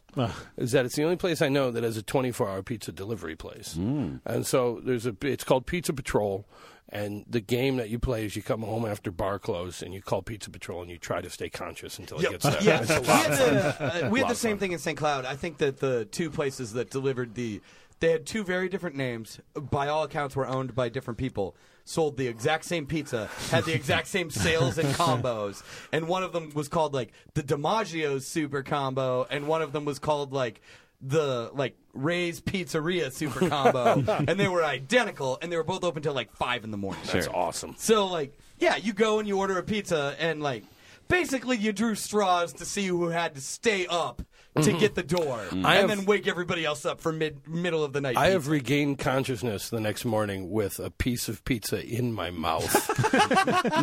F: is that it's the only place I know that has a 24-hour pizza delivery place.
A: Mm.
F: And so there's a it's called Pizza Patrol and the game that you play is you come home after bar close and you call Pizza Patrol and you try to stay conscious until it gets there.
A: <laughs> Yeah,
F: It's a
A: we
F: lot
A: had
F: of
A: the, uh, we had
F: Lot
A: the
F: of
A: same
F: fun.
A: thing in St. Cloud. I think that the two places that delivered the, they had two very different names. By all accounts, were owned by different people. Sold the exact same pizza, had the exact same
F: <laughs>
A: sales and combos, and one of them was called like the DiMaggio's Super Combo, and one of them was called like the like Ray's Pizzeria Super
F: <laughs>
A: Combo, and they were identical, and they were both open till like five in the morning.
F: That's awesome.
A: So like, yeah, you go and you order a pizza, and like, basically you drew straws to see who had to stay up to get the door, and
F: Mm-hmm. I have-
A: then wake everybody else up for mid middle of the night.
F: I have
A: pizza.
F: regained consciousness the next morning with a piece of pizza in my mouth,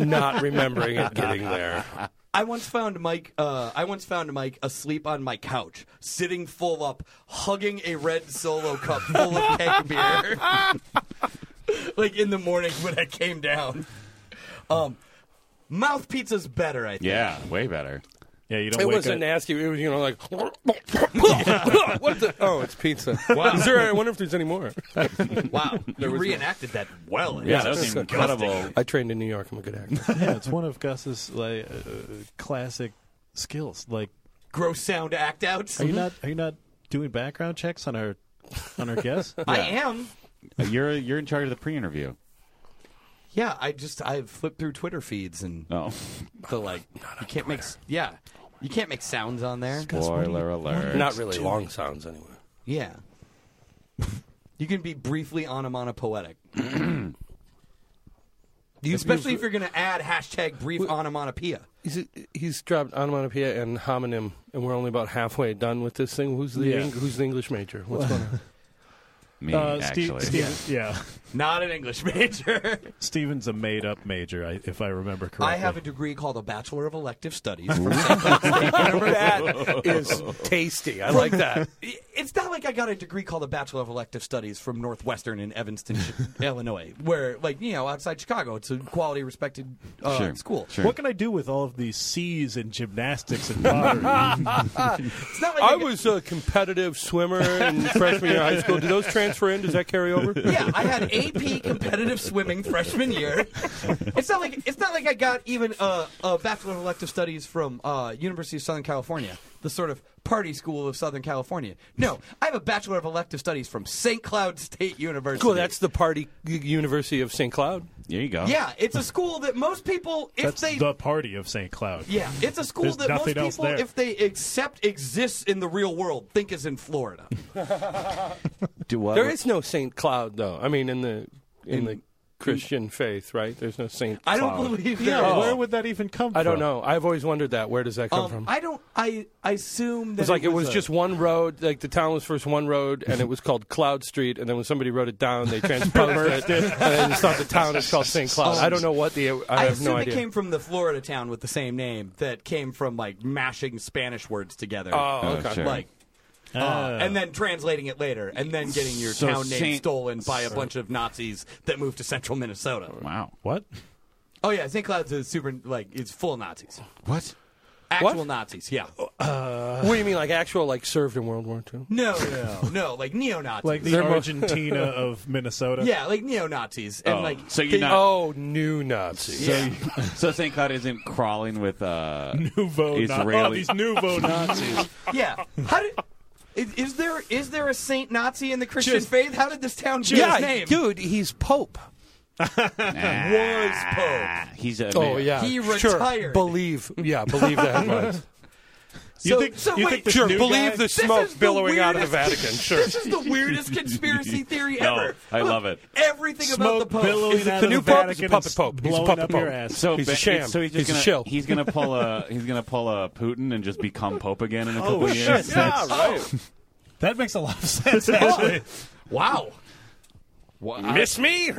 F: <laughs> not remembering it getting <laughs> there.
A: I once found Mike. Uh, I once found Mike asleep on my couch, sitting full up, hugging a red solo cup full
F: <laughs>
A: of keg beer. <laughs> like in the morning when I came down. Um, mouth pizza's better, I think.
E: Yeah, way better.
B: Yeah, you don't.
F: It
B: wake
F: was a
B: up-
F: nasty. It was you know like <laughs> what the? <laughs> Oh, it's pizza. Is there? I wonder if there's any more.
A: Wow, you reenacted that well.
E: Yeah, that was incredible.
F: <laughs> I trained in New York. I'm a good actor. <laughs>
B: yeah, it's one of Gus's like uh, classic skills. Like,
A: gross sound act outs.
B: are you not are you not doing background checks on our on our guests?
A: I am.
E: You're you're in charge of the pre-interview.
A: Yeah, I just I flipped through Twitter feeds and
E: Oh,
A: the
E: <laughs>
A: like. You can't make s- yeah, you can't make sounds on there.
E: spoiler alert!
F: Not really long sounds anyway.
A: Yeah, you can be briefly
E: <clears throat>
A: onomatopoetic. You, especially if you're going to add hashtag brief onomatopoeia.
F: He's, he's dropped onomatopoeia and homonym, and we're only about halfway done with this thing. Who's the
B: Yeah.
F: Eng- who's the English major? What's going on?
E: me
B: Uh, Steve,
E: actually.
B: Steve, yeah.
A: Not an English <laughs> major.
B: Steven's a made up major, I, if I remember correctly.
A: I have a degree called a Bachelor of Elective Studies from St. Cloud
E: <laughs>
A: State University.
F: That is tasty. I like that.
A: It's not like <laughs> I got a degree called a Bachelor of Elective Studies from Northwestern in Evanston, Chi-
F: <laughs>
A: Illinois, where, like, you know, outside Chicago, it's a quality, respected uh,
E: Sure,
A: school.
E: sure.
B: What can I do with all of these C's in gymnastics and
F: <laughs>
B: pottery?
A: It's not like
F: <laughs> I
A: got-
F: was a competitive swimmer <laughs> in freshman year of high school. Do those transfer in? Does that carry <laughs> over?
A: <laughs> Yeah, I had AP competitive swimming freshman
F: <laughs>
A: year. It's not like it's not like I got even a, a Bachelor of Elective Studies from uh, University of Southern California, the sort of party school of Southern California. No, I have a Bachelor of Elective Studies from St. Cloud State University.
F: Cool. That's the party University of St. Cloud.
E: There you go.
A: yeah, it's a school that most people, if
B: That's
A: they
B: the party of St. Cloud.
A: Yeah, it's a school
B: There's
A: that most
B: nothing
A: people,
B: else there.
A: if they accept exists in the real world, think is in Florida.
E: Do what?
F: There is no St. Cloud, though. I mean, in the in, the Christian faith, right? There's no St.
A: I
F: Cloud.
A: don't believe
B: Yeah,
A: there is.
B: where would that even come from?
F: Oh. I don't know. I've always wondered that. Where does that come
A: Um,
F: from?
A: I don't. I I assume that
F: It was like it was
A: a-
F: just one road. Like the town was first one road, and it was called Cloud Street. And then when somebody wrote it
A: <laughs>
F: down, they transposed it, and they just thought the town is called St. Cloud. I don't know what the. I,
A: Oh. I
F: have
A: assume
F: no
A: it
F: idea.
A: came from the Florida town with the same name that came from like mashing Spanish words together,
F: oh, okay.
E: sure.
A: like
B: Uh,
A: uh, and then translating it later, and then getting your
E: So
A: town name
E: Saint-
A: stolen by a bunch of Nazis that moved to central Minnesota.
E: Wow.
B: what?
A: Oh yeah, St. Cloud's is super like it's full of Nazis,
E: What?
A: actual Nazis. Yeah,
F: Uh, What do you mean, like actual, like served in World War II? <laughs>
A: no, no, no, like neo Nazis.
B: Like the
F: They're mo- <laughs>
B: Argentina of Minnesota?
A: Yeah, like neo Nazis and like
E: so you're
A: they-
E: not-
F: Oh, new Nazis.
E: So, <laughs> so St. Cloud isn't crawling with uh,
B: Nouveau Na- oh,
E: Israeli-
B: these
F: <laughs>
B: nouveau Nazis.
A: yeah. How did? Is, is there is there a Saint Nazi in the Christian
B: Just-
A: faith? How did this town get
F: Yeah,
A: its name?
F: dude, he's Pope.
B: Ah.
A: Was Pope.
E: Ah, He's a
F: Oh
E: man. <laughs>
F: yeah,
A: He
F: Sure.
A: retired.
F: Believe, yeah, believe the headlines.
B: You
A: So-
B: think,
A: so
B: you
A: wait-
B: think this
F: sure,
B: new
F: believe
B: guy-
F: the
A: This
F: smoke
A: is the
F: billowing out of the
A: weirdest- <laughs>
F: Vatican. Sure.
A: This is the weirdest conspiracy
B: <laughs>
A: theory
E: No,
A: ever.
E: I
A: Look,
E: love it.
A: Everything about the
B: smoke
A: Pope.
B: billowing
F: Is it
B: out
F: the
B: of
F: new
B: the
F: pope? He's a
B: Vatican
F: puppet
B: and
F: pope. He's a
B: blowing
F: puppet
B: up your
F: pope.
B: ass.
E: So
F: He's a
E: ba-
F: sham.
E: So he's just
F: He's a
E: gonna
F: shill.
E: he's gonna pull
F: <laughs>
E: a he's gonna pull a Putin and just become pope again in a couple years.
F: Oh, Yeah, right.
B: That makes a lot
F: <laughs>
B: of sense, actually.
A: Wow.
F: Miss <laughs> me?
E: Yeah,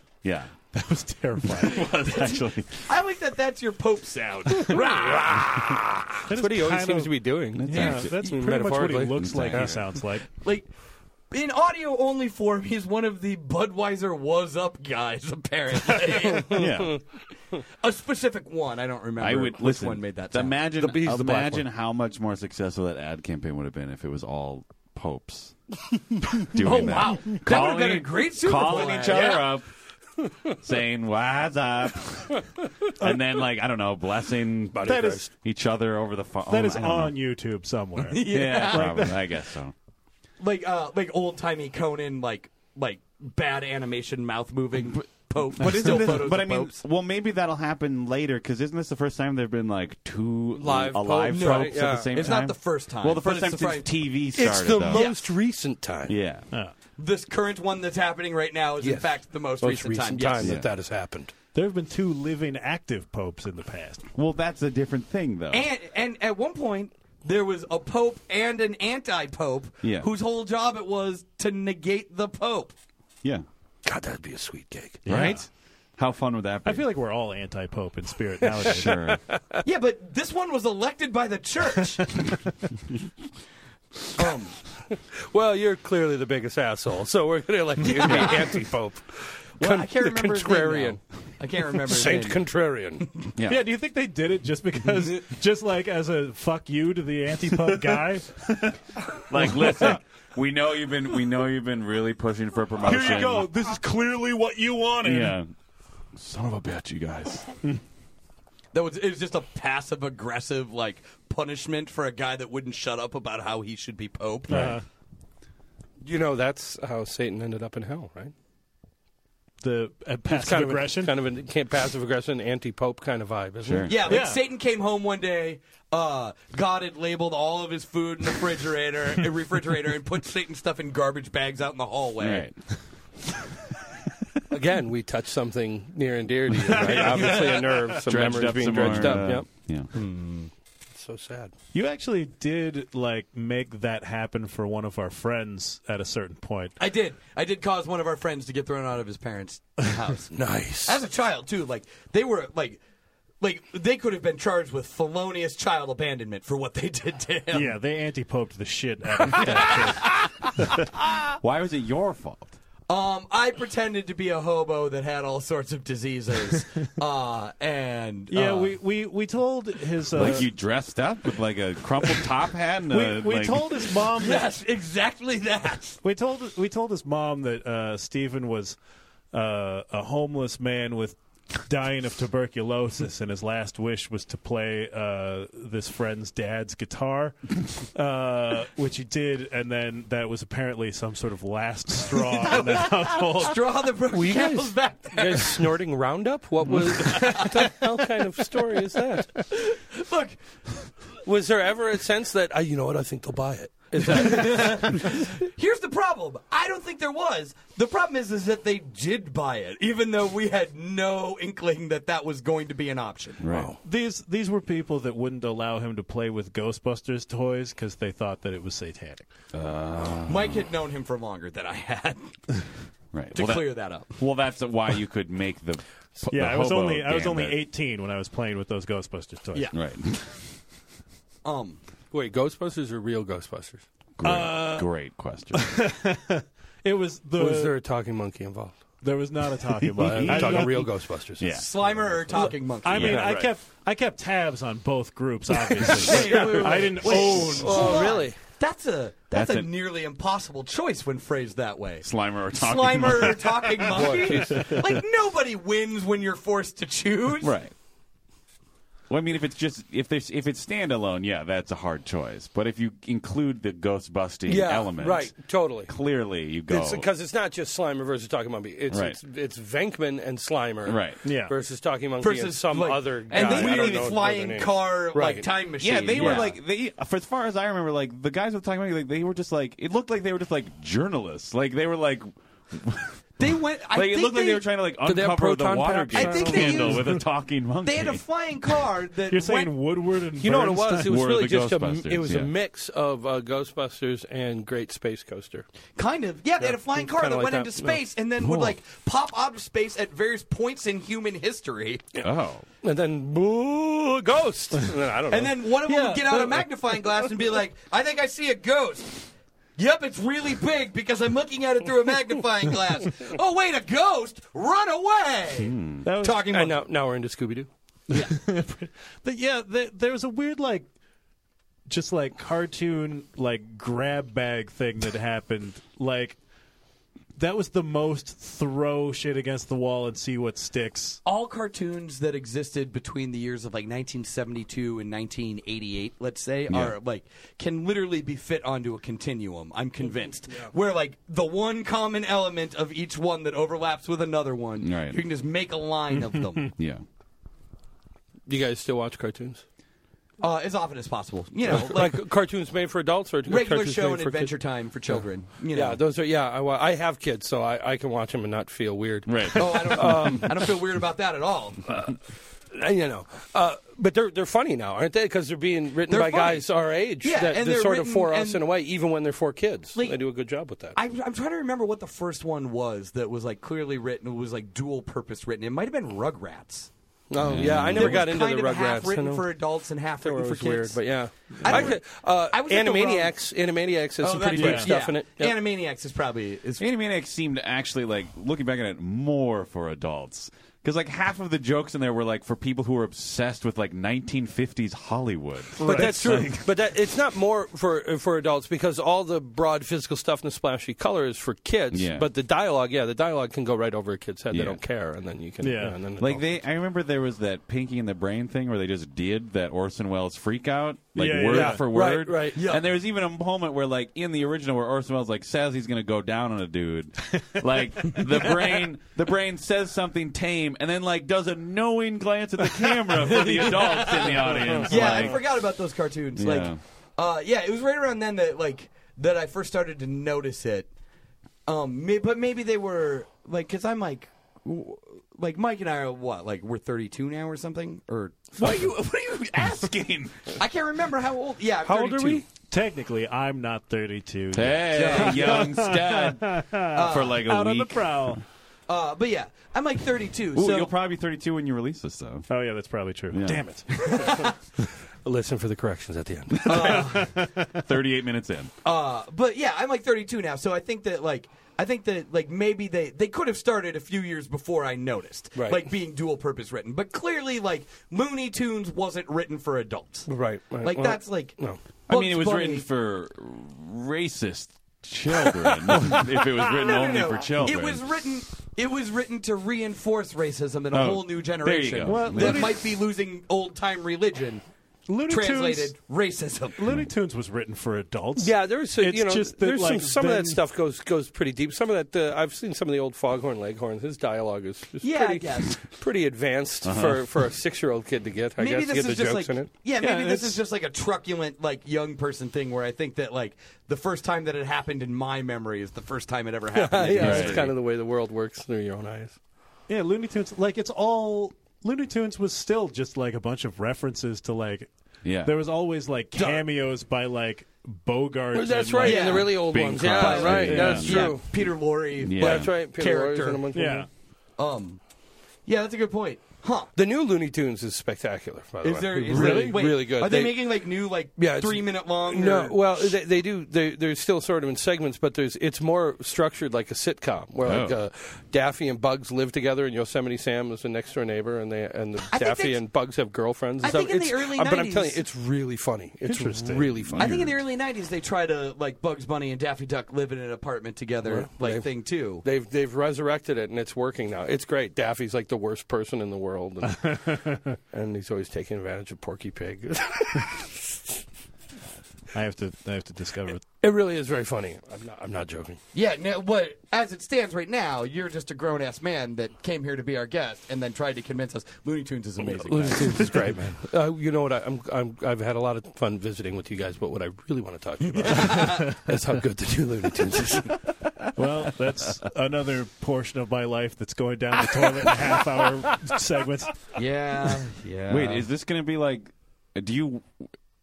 B: <laughs>
E: <laughs>
B: that was terrifying.
E: was actually.
A: I like that. That's your Pope sound.
B: <laughs> That's
F: <laughs> That's what he always seems to be doing. <laughs>
B: Yeah, that's pretty much what he
F: metaphorically.
B: looks like.
E: Yeah.
B: He sounds like.
A: like in audio only form, he's one of the Budweiser was up guys,
B: <laughs>
A: apparently.
F: <laughs>
E: yeah,
A: a specific one. I don't remember
E: I would
A: which
E: listen.
A: one made that
E: the-
A: sound.
E: Imagine,
A: The bees, the black
E: imagine
A: one.
E: how much more successful that ad campaign would have been if it was all
A: <laughs>
E: popes doing
A: Oh,
E: that.
A: wow. That would've
E: Calling-
A: been a great Super Bowl
E: calling each
A: ad,
E: other up, <laughs> saying
A: <laughs>
E: "What's up," and then like I don't know, blessing
B: That is-
E: each other over the
F: Oh,
E: phone.
B: That is
E: I don't know.
B: on YouTube somewhere.
E: <laughs>
F: <laughs>
E: Yeah, probably. I guess so.
A: like uh, like old timey Conan, like like bad animation, mouth moving Pope, but still
E: this-
A: photos
E: but
A: of
E: I mean,
A: popes.
E: well, maybe that'll happen later because isn't this the first time there've been like two
F: Live
E: alive
F: popes,
E: popes
F: right?
E: at
F: Yeah.
E: the same
A: It's not
E: time?
A: the first time,
E: Well, the
A: but
E: first
A: it's
E: time
A: the
E: since
A: fri-
E: TV started.
F: It's the
E: though.
F: most recent time.
E: yeah.
B: Yeah.
A: This current one that's happening right now is in
F: Yes.
A: fact the most,
F: Most
A: time.
F: recent, time
A: Yes.
F: that that has happened.
B: There have been two living active popes in the past.
E: Well, that's a different thing though.
A: And and at one point there was a pope and an anti-pope
E: Yeah.
A: whose whole job it was to negate the pope.
E: yeah.
F: God, that'd be a sweet gig.
E: Right. How fun would that be?
B: I feel like we're all anti Pope in spirit nowadays. <laughs>
E: <laughs> sure.
A: Yeah, but this one was elected by the
E: <laughs>
A: church. um,
F: Well, you're clearly the biggest asshole, so we're going to elect you to be <laughs> anti-pope.
A: well, I can't
F: the
A: remember his name
F: contrarian.
A: now. I can't remember his
F: Saint
A: name.
F: Contrarian.
E: <laughs> Yeah.
B: Yeah, do you think they did it just because,
E: <laughs>
B: just like as a fuck you to the anti Pope guy? <laughs>
E: like, listen, we know you've been we know you've been really pushing for promotion.
B: This is clearly what you wanted.
E: Yeah. Son of a bitch, you guys.
A: That was it was just a passive aggressive like punishment for a guy that wouldn't shut up about how he should be pope.
B: Uh,
F: You know, that's how Satan ended up in hell, right?
B: the uh, passive
F: Kind
B: aggression.
F: of a, kind of a passive aggression, anti-pope kind of vibe, isn't
E: Sure.
F: it?
A: Yeah, like
B: Yeah.
A: Satan came home one day. Uh, God had labeled all of his food in the refrigerator, <laughs> a refrigerator, and put Satan's stuff in garbage bags out in the hallway.
E: Right.
F: Again, we touch something near and dear to you, right? Obviously, a nerve, some memories being
E: some
F: dredged
E: more,
F: up.
E: uh,
F: yep.
E: Yeah.
B: Hmm.
F: So sad.
B: You actually did like make that happen for one of our friends at a certain point.
A: I did. I did cause one of our friends to get thrown out of his parents'
F: <laughs>
A: house
F: Nice.
A: as a child too. Like they were like, like they could have been charged with felonious child abandonment for what they did to him.
B: Yeah, they anti poped the shit out of
E: <laughs>
B: that. kid.
E: Why was it your fault?
A: Um, I pretended to be a hobo that had all sorts of
E: <laughs>
A: diseases. uh, and
B: Yeah,
A: uh,
B: we, we, we told his. Uh,
E: Like you dressed up with like a crumpled top hat and
B: we,
E: a,
B: we
E: like,
B: told his mom
E: <laughs>
A: <laughs>
B: that
A: yes, exactly that.
B: We told we told his mom that uh, Stephen was uh, a homeless man with dying of tuberculosis, and his last wish was to play uh, this friend's dad's guitar, uh, which he did, and then that was apparently some sort of last straw in the household.
A: Draw the broken
F: you guys-
A: candles back <laughs> there.
F: You guys snorting Roundup? What was? <laughs> what the hell kind of story is that?
A: Look,
F: Was there ever a sense that I, you know what? I think they'll buy it. Is that
A: Here's the problem. I don't think there was. The problem is, is that they did buy it, even though we had no inkling that that was going to be an option.
E: Right.
B: These these were people that wouldn't allow him to play with Ghostbusters toys because they thought that it was satanic.
A: Mike had known him for longer than I had. <laughs>
E: Right.
A: to
E: well,
A: clear that up.
E: Well, that's why you could make the.
B: Yeah,
E: the
B: I was
E: hobo
B: only I was only
E: gambit.
B: 18 when I was playing with those Ghostbusters toys.
A: Yeah.
E: Right. <laughs>
A: Um,
F: wait Ghostbusters or real Ghostbusters?
E: Great,
B: Uh, <laughs>
E: great question.
B: It was the
F: Was there a talking monkey involved?
B: there was not a Uh, talking about it.
F: I'm
B: I
F: talking
B: don't-
F: real Ghostbusters.
E: Yeah.
A: Slimer or Talking Monkey?
B: I mean,
E: Yeah,
B: I
E: right.
B: kept I kept tabs on both groups. Obviously,
A: Wait, wait, wait.
B: I didn't own.
F: Oh, really?
A: that's a that's,
E: That's
A: a
E: an-
A: nearly impossible choice when phrased that way.
E: Slimer or talking.
A: Slimer or Talking Monkey? like nobody wins when you're forced to choose.
E: Right. Well, I mean, if it's just if there's if it's standalone, yeah, that's a hard choice. But if you include the ghost busting
F: Yeah.
E: element,
F: Right. Totally.
E: Clearly, you go
F: Because it's, not just Slimer versus Talking Monkey. It's
E: Right.
F: it's, it's Venkman and Slimer.
E: Right.
B: Yeah.
F: Versus Talking Monkey and
A: Versus
F: some
A: like,
F: other guy.
A: and
F: I
A: the
F: don't
A: weird
F: know their
A: flying
F: name.
A: car like
F: Right.
A: time machine.
E: Yeah, they were like they. For as far as I remember, like the guys with talking about like, they were just like it looked like they were just like journalists. Like they were like
A: they went. I
E: like it
A: think
E: looked like they were trying to like
F: Did they have
E: uncover the
F: proton
E: water
F: packs?
A: I
E: gate
A: think they
E: scandal
A: used-
E: with a talking monkey.
A: They had a flying car that
B: You're saying
A: went,
B: Woodward and
F: You know what it was? It
B: Bernstein?
F: was
E: Were
F: really
E: the
F: just a
E: Ghostbusters,
F: it was
E: yeah.
F: a mix of uh, Ghostbusters and Great Space Coaster.
A: kind of yeah. They had a flying car that
F: kinda like
A: went
F: that.
A: into space and then would like pop out of space at various points in human history,
E: oh,
F: And then boo, a ghost. And then I don't know.
A: and then one of them
F: Yeah,
A: would get out a
F: but-
A: magnifying glass and be like, "I think I see a ghost." Yep, it's really big because I'm looking at it through a magnifying <laughs> glass. Oh, wait, a ghost? Run away!
B: That
A: <laughs>
B: was,
A: Talking
F: And
A: about.
F: now, now we're into Scooby Doo.
B: <laughs> But yeah, th there was a weird like, just like cartoon like grab bag thing that happened. Like that was the most throw shit against the wall and see what sticks.
A: All cartoons that existed between the years of like 1972 and 1988, let's say, are like can literally be fit onto a continuum. I'm convinced, where like the one common element of each one that overlaps with another one,
E: Right.
A: you can just make a line of <laughs> them
E: Yeah.
F: You guys still watch cartoons?
A: uh, as often as possible. <laughs> You know, like
F: Like, cartoons made for adults or
A: regular
F: cartoons
A: show
F: made
A: and
F: for
A: Adventure
F: kids?
A: Time for children. You know.
F: Yeah, those are yeah. I, wa- I have kids, so I, I can watch them and not feel weird.
E: Right.
A: Oh,
F: <laughs>
A: I don't, I don't feel weird about that at all.
F: Um, Uh, you know, uh, but they're they're funny now, aren't they? Because they're being written
A: They're
F: by
A: funny.
F: guys our age.
A: Yeah,
F: that,
A: and
F: that's
A: they're
F: sort
A: written
F: of for us
A: and-
F: in a way, even when they're for kids.
A: Like-
F: they do a good job with that.
A: I'm, I'm trying to remember what the first one was that was like clearly written. It was like dual purpose written. It might have been Rugrats.
F: oh yeah, I never
A: That
F: got
A: was
F: into
A: kind
F: the
A: of half
F: Rugrats. I
A: written
F: know.
A: for adults and half
F: They were
A: written for
F: always
A: kids.
F: weird, but yeah,
A: I
F: I,
A: don't-
F: could, uh,
A: I was at the wrong- Oh,
F: Animaniacs. Animaniacs has some pretty
B: yeah.
F: deep stuff in it. Yep.
A: Animaniacs is probably is.
E: Animaniacs seemed actually like looking back at it more for adults because like half of the jokes in there were like for people who were obsessed with like 1950s Hollywood.
F: But that's true. but that it's not more for uh, for adults because all the broad physical stuff and the splashy color is for kids.
E: Yeah.
F: But the dialogue, yeah, the dialogue can go right over a kid's head.
E: Yeah.
F: They don't care, and then you can
B: Yeah.
F: and then
E: Like
F: adults-
E: they, I remember there was that Pinky and the Brain thing where they just did that Orson Welles freak out, like
B: Yeah,
E: word
B: yeah.
E: for
F: Right,
E: word.
F: right.
E: Yeah. And there was even a moment where, like, in the original, where Orson Welles like says he's gonna go down on a dude, like the brain, the brain says something tame, and then like does a knowing glance at the camera for the adults in the audience.
A: yeah,
E: like,
A: I forgot about those cartoons.
E: Yeah.
A: Like, uh, yeah, it was right around then that like that I first started to notice it. Um, may, but maybe they were like because I'm like. w- Like Mike and I are what? Like we're 32 now or something? Or
G: What are you? What are you asking?
A: I can't remember how old. Yeah, I'm
B: How old are
A: 32.
B: we? Technically, I'm not 32.
E: <laughs> Hey, young stud, for like a
B: Out on
E: week.
B: the prowl.
A: Uh, but yeah, I'm like 32.
E: Ooh,
A: so
E: you'll probably be 32 when you release this, though.
B: Oh yeah, that's probably true.
E: Yeah.
B: Damn it.
F: listen for the corrections at the
E: <laughs>
F: end.
E: 38 minutes in.
A: Uh, but yeah, I'm like 32 now, so I think that like I think that like maybe they they could have started a few years before I noticed,
F: Right.
A: like being dual purpose written. But clearly, like Looney Tunes wasn't written for adults,
F: Right, right.
A: Like
F: Well,
A: that's like
F: no.
E: I mean, it was
A: Bugs
E: written
A: Bunny-
E: for racist children. if it was written
A: No, no,
E: only
A: no.
E: for children,
A: It was written. It was written to reinforce racism in a
E: Oh,
A: whole new generation
E: go. Well,
A: that
E: Looney-
A: might be losing old time religion.
B: Looney
A: translated
B: Tunes.
A: racism.
B: Looney Tunes was written for adults.
F: Yeah, there's
B: It's
F: you know
B: just that,
F: there's some
B: like,
F: some of
B: then-
F: that stuff goes goes pretty deep. Some of that uh, I've seen some of the old Foghorn Leghorns. His dialogue is, is
A: Yeah, I
F: pretty
A: guess.
F: pretty advanced
E: Uh-huh.
F: for, for a six year old kid to get. I
A: maybe
F: guess to
A: this
F: get
A: is
F: the
A: just
F: jokes
A: like
F: in it.
A: yeah, maybe this
B: it's-
A: is just like a truculent like young person thing where I think that like the first time that it happened in my memory is the first time it ever
E: Uh,
F: <laughs>
A: happened. in
F: yeah,
A: history.
F: it's kind of the way the world works through your own eyes.
B: Yeah, Looney Tunes. Like it's all Looney Tunes was still just like a bunch of references to like.
E: Yeah.
B: There was always like cameos by like Bogart.
F: Well, that's
B: and,
F: right,
B: like-
F: and the really old
E: Bing
F: ones.
E: Crosby,
F: Yeah, right.
E: yeah.
F: That's
A: Yeah,
F: true.
A: Peter Lorre.
E: Yeah.
A: but,
F: That's right. Peter
A: Character.
F: Lorre's in a bunch of
B: Yeah.
F: them.
A: um, yeah, that's a good point. Huh?
F: The new Looney Tunes is spectacular. By the
A: Is
F: way.
A: there is
F: really
A: there, wait,
F: really good?
A: Are they, making like new like
F: Yeah, it's-
A: three minute long?
F: No,
A: or-
F: well, they, they do. They, they're still sort of in segments, but there's it's more structured like a sitcom where like
E: Oh.
F: uh, Daffy and Bugs live together, and Yosemite Sam is the next door neighbor, and they and the
A: I think
F: Daffy
A: that's-
F: and Bugs have girlfriends. And
A: I
F: stuff.
A: think in the
F: It's-
A: early
F: uh, but I'm
A: 90s
F: telling you, it's really funny. It's
B: Interesting.
F: really funny.
A: I think in the early '90s they tried to like Bugs Bunny and Daffy Duck live in an apartment together
F: Well,
A: like
F: they've-
A: thing too.
F: They've they've resurrected it and it's working now. It's great. Daffy's like the worst person in the world, and, and he's always taking advantage of Porky Pig. <laughs>
B: I have to. I have to discover. it.
F: it really is very funny. I'm not, I'm not joking.
A: Yeah, no, but as it stands right now, you're just a grown ass man that came here to be our guest and then tried to convince us Looney Tunes is amazing.
F: Looney Tunes is great, man. Uh, you know what? I, I'm, I'm, I've had a lot of fun visiting with you guys, but what I really want to talk to you about is how good the new Looney Tunes is.
B: Well, that's another portion of my life that's going down the toilet in half
F: <laughs>
B: hour segments.
A: <laughs> Yeah, yeah.
E: Wait, is this going to be like? Do you?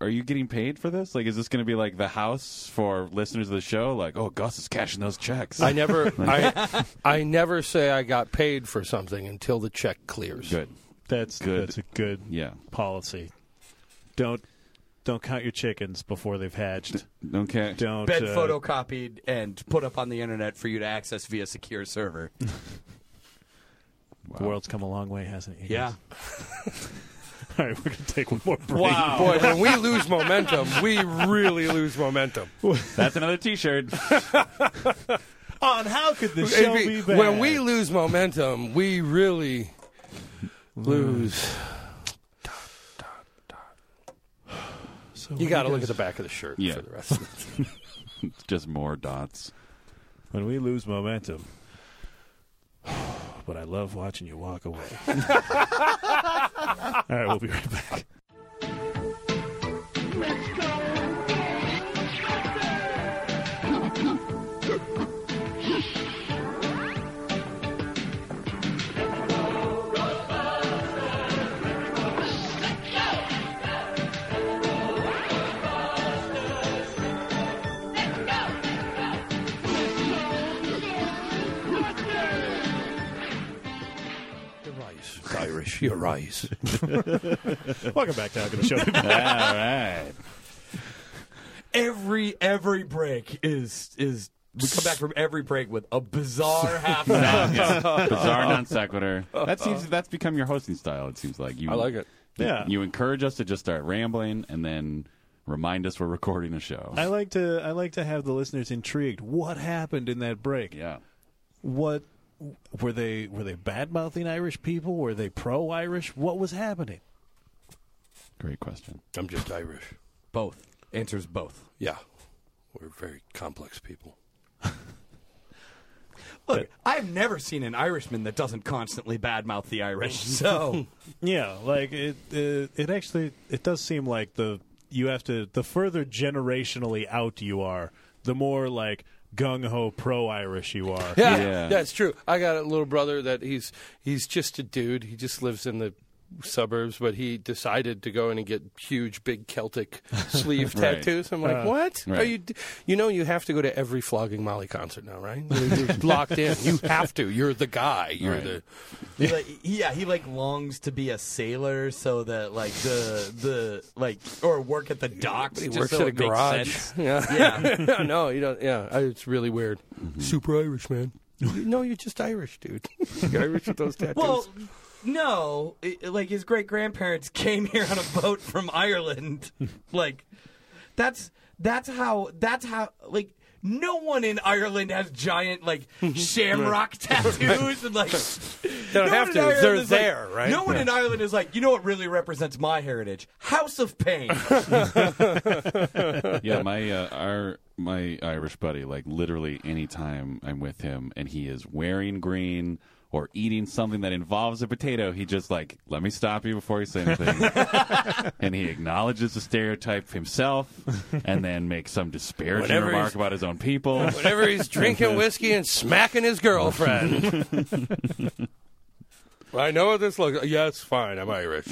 E: Are you getting paid for this? Like, is this going to be like the house for listeners of the show? Like, oh, Gus is cashing those checks.
F: I never, I, I never say I got paid for something until the check clears.
E: <laughs> Good.
B: That's
E: Good.
B: that's a good
E: Yeah.
B: policy. Don't Don't count your chickens before they've hatched.
D: Okay.
B: Don't
A: Been
B: uh,
A: photocopied and put up on the internet for you to access via secure
F: <laughs>
A: server.
B: The world's come a long way, hasn't it? you guys? <laughs> All right, we're gonna take one more break.
D: Wow.
F: Boy, when we lose momentum, we really lose momentum.
D: That's another
E: <laughs>
D: T-shirt.
B: On how could this show
F: If
B: be
F: we-
B: bad?
F: when we lose momentum, we really lose.
B: So
F: You
B: when
F: got to
B: we
F: look at
B: guys-
F: the back of the shirt
D: Yeah.
F: for the rest of it.
D: Just more dots.
B: when we lose momentum. <sighs> But I love watching you walk <laughs> away. All right, we'll be right back.
F: Your eyes, <laughs> Irish, your eyes.
B: <laughs> Welcome back to How Could the Show Be Bad?
D: All right.
A: Every every break is is we come back from every break with a
F: <laughs>
A: bizarre half hour.
D: Bizarre non sequitur. That seems that's become your hosting style. It seems like you.
F: I like it.
B: Yeah.
D: You encourage us to just start rambling and then remind us we're recording a show.
B: I like to I like to have the listeners intrigued. What happened in that break?
D: yeah.
B: What were they were they bad mouthing Irish people? Were they pro Irish? What was happening?
D: Great question.
F: I'm just Irish.
A: both answers both.
F: Yeah, we're very complex people.
A: Look, I've never seen an Irishman that doesn't constantly badmouth the
F: <laughs>
A: Irish. So
B: Yeah, like it it, it actually it does seem like the you have to the further generationally out you are, the more like gung ho pro Irish you are.
F: Yeah,
D: Yeah.
F: that's true. I got a little brother that he's he's just a dude. He just lives in the suburbs, but he decided to go in and get huge, big <laughs> Celtic sleeve
D: Right.
F: tattoos. I'm like, what? Are
D: right.
F: you? d- You know, you have to go to every flogging Molly concert now, right? You're, you're locked in. You have to. You're the guy. You're
D: Right.
F: the.
A: He like, yeah, he like longs to be a sailor so that like the the like or work at the docks.
F: He
A: just
F: works
A: so
F: at a
A: it makes
F: garage.
A: sense.
F: <laughs> Yeah. Yeah. no, you don't. Yeah, I- it's really weird. Super Irish <laughs> man. no, you're just Irish, dude. You're Irish with <laughs> those tattoos.
A: Well, no, it- like his great grandparents <laughs> came here on a boat from Ireland. <laughs> like that's that's how that's how like no one in Ireland has giant
F: <laughs>
A: like shamrock tattoos and like
F: they <laughs> don't
A: no one
F: have
A: in
F: to.
A: Ireland
F: They're
A: is like-
F: there, right?
A: No one in Ireland is like, you know what really represents my heritage? House of
F: <laughs>
A: Pain.
D: Yeah, my uh, our my Irish buddy, like literally any time I'm with him and he is wearing green or eating something that involves a potato, he just like, let me stop you before you say anything. and he acknowledges the stereotype himself and then makes some disparaging
F: Whenever
D: remark
F: he's-
D: about his own people.
F: <laughs> Whenever he's drinking whiskey and smacking his girlfriend. I know what this looks like. Yeah, it's fine. I'm Irish.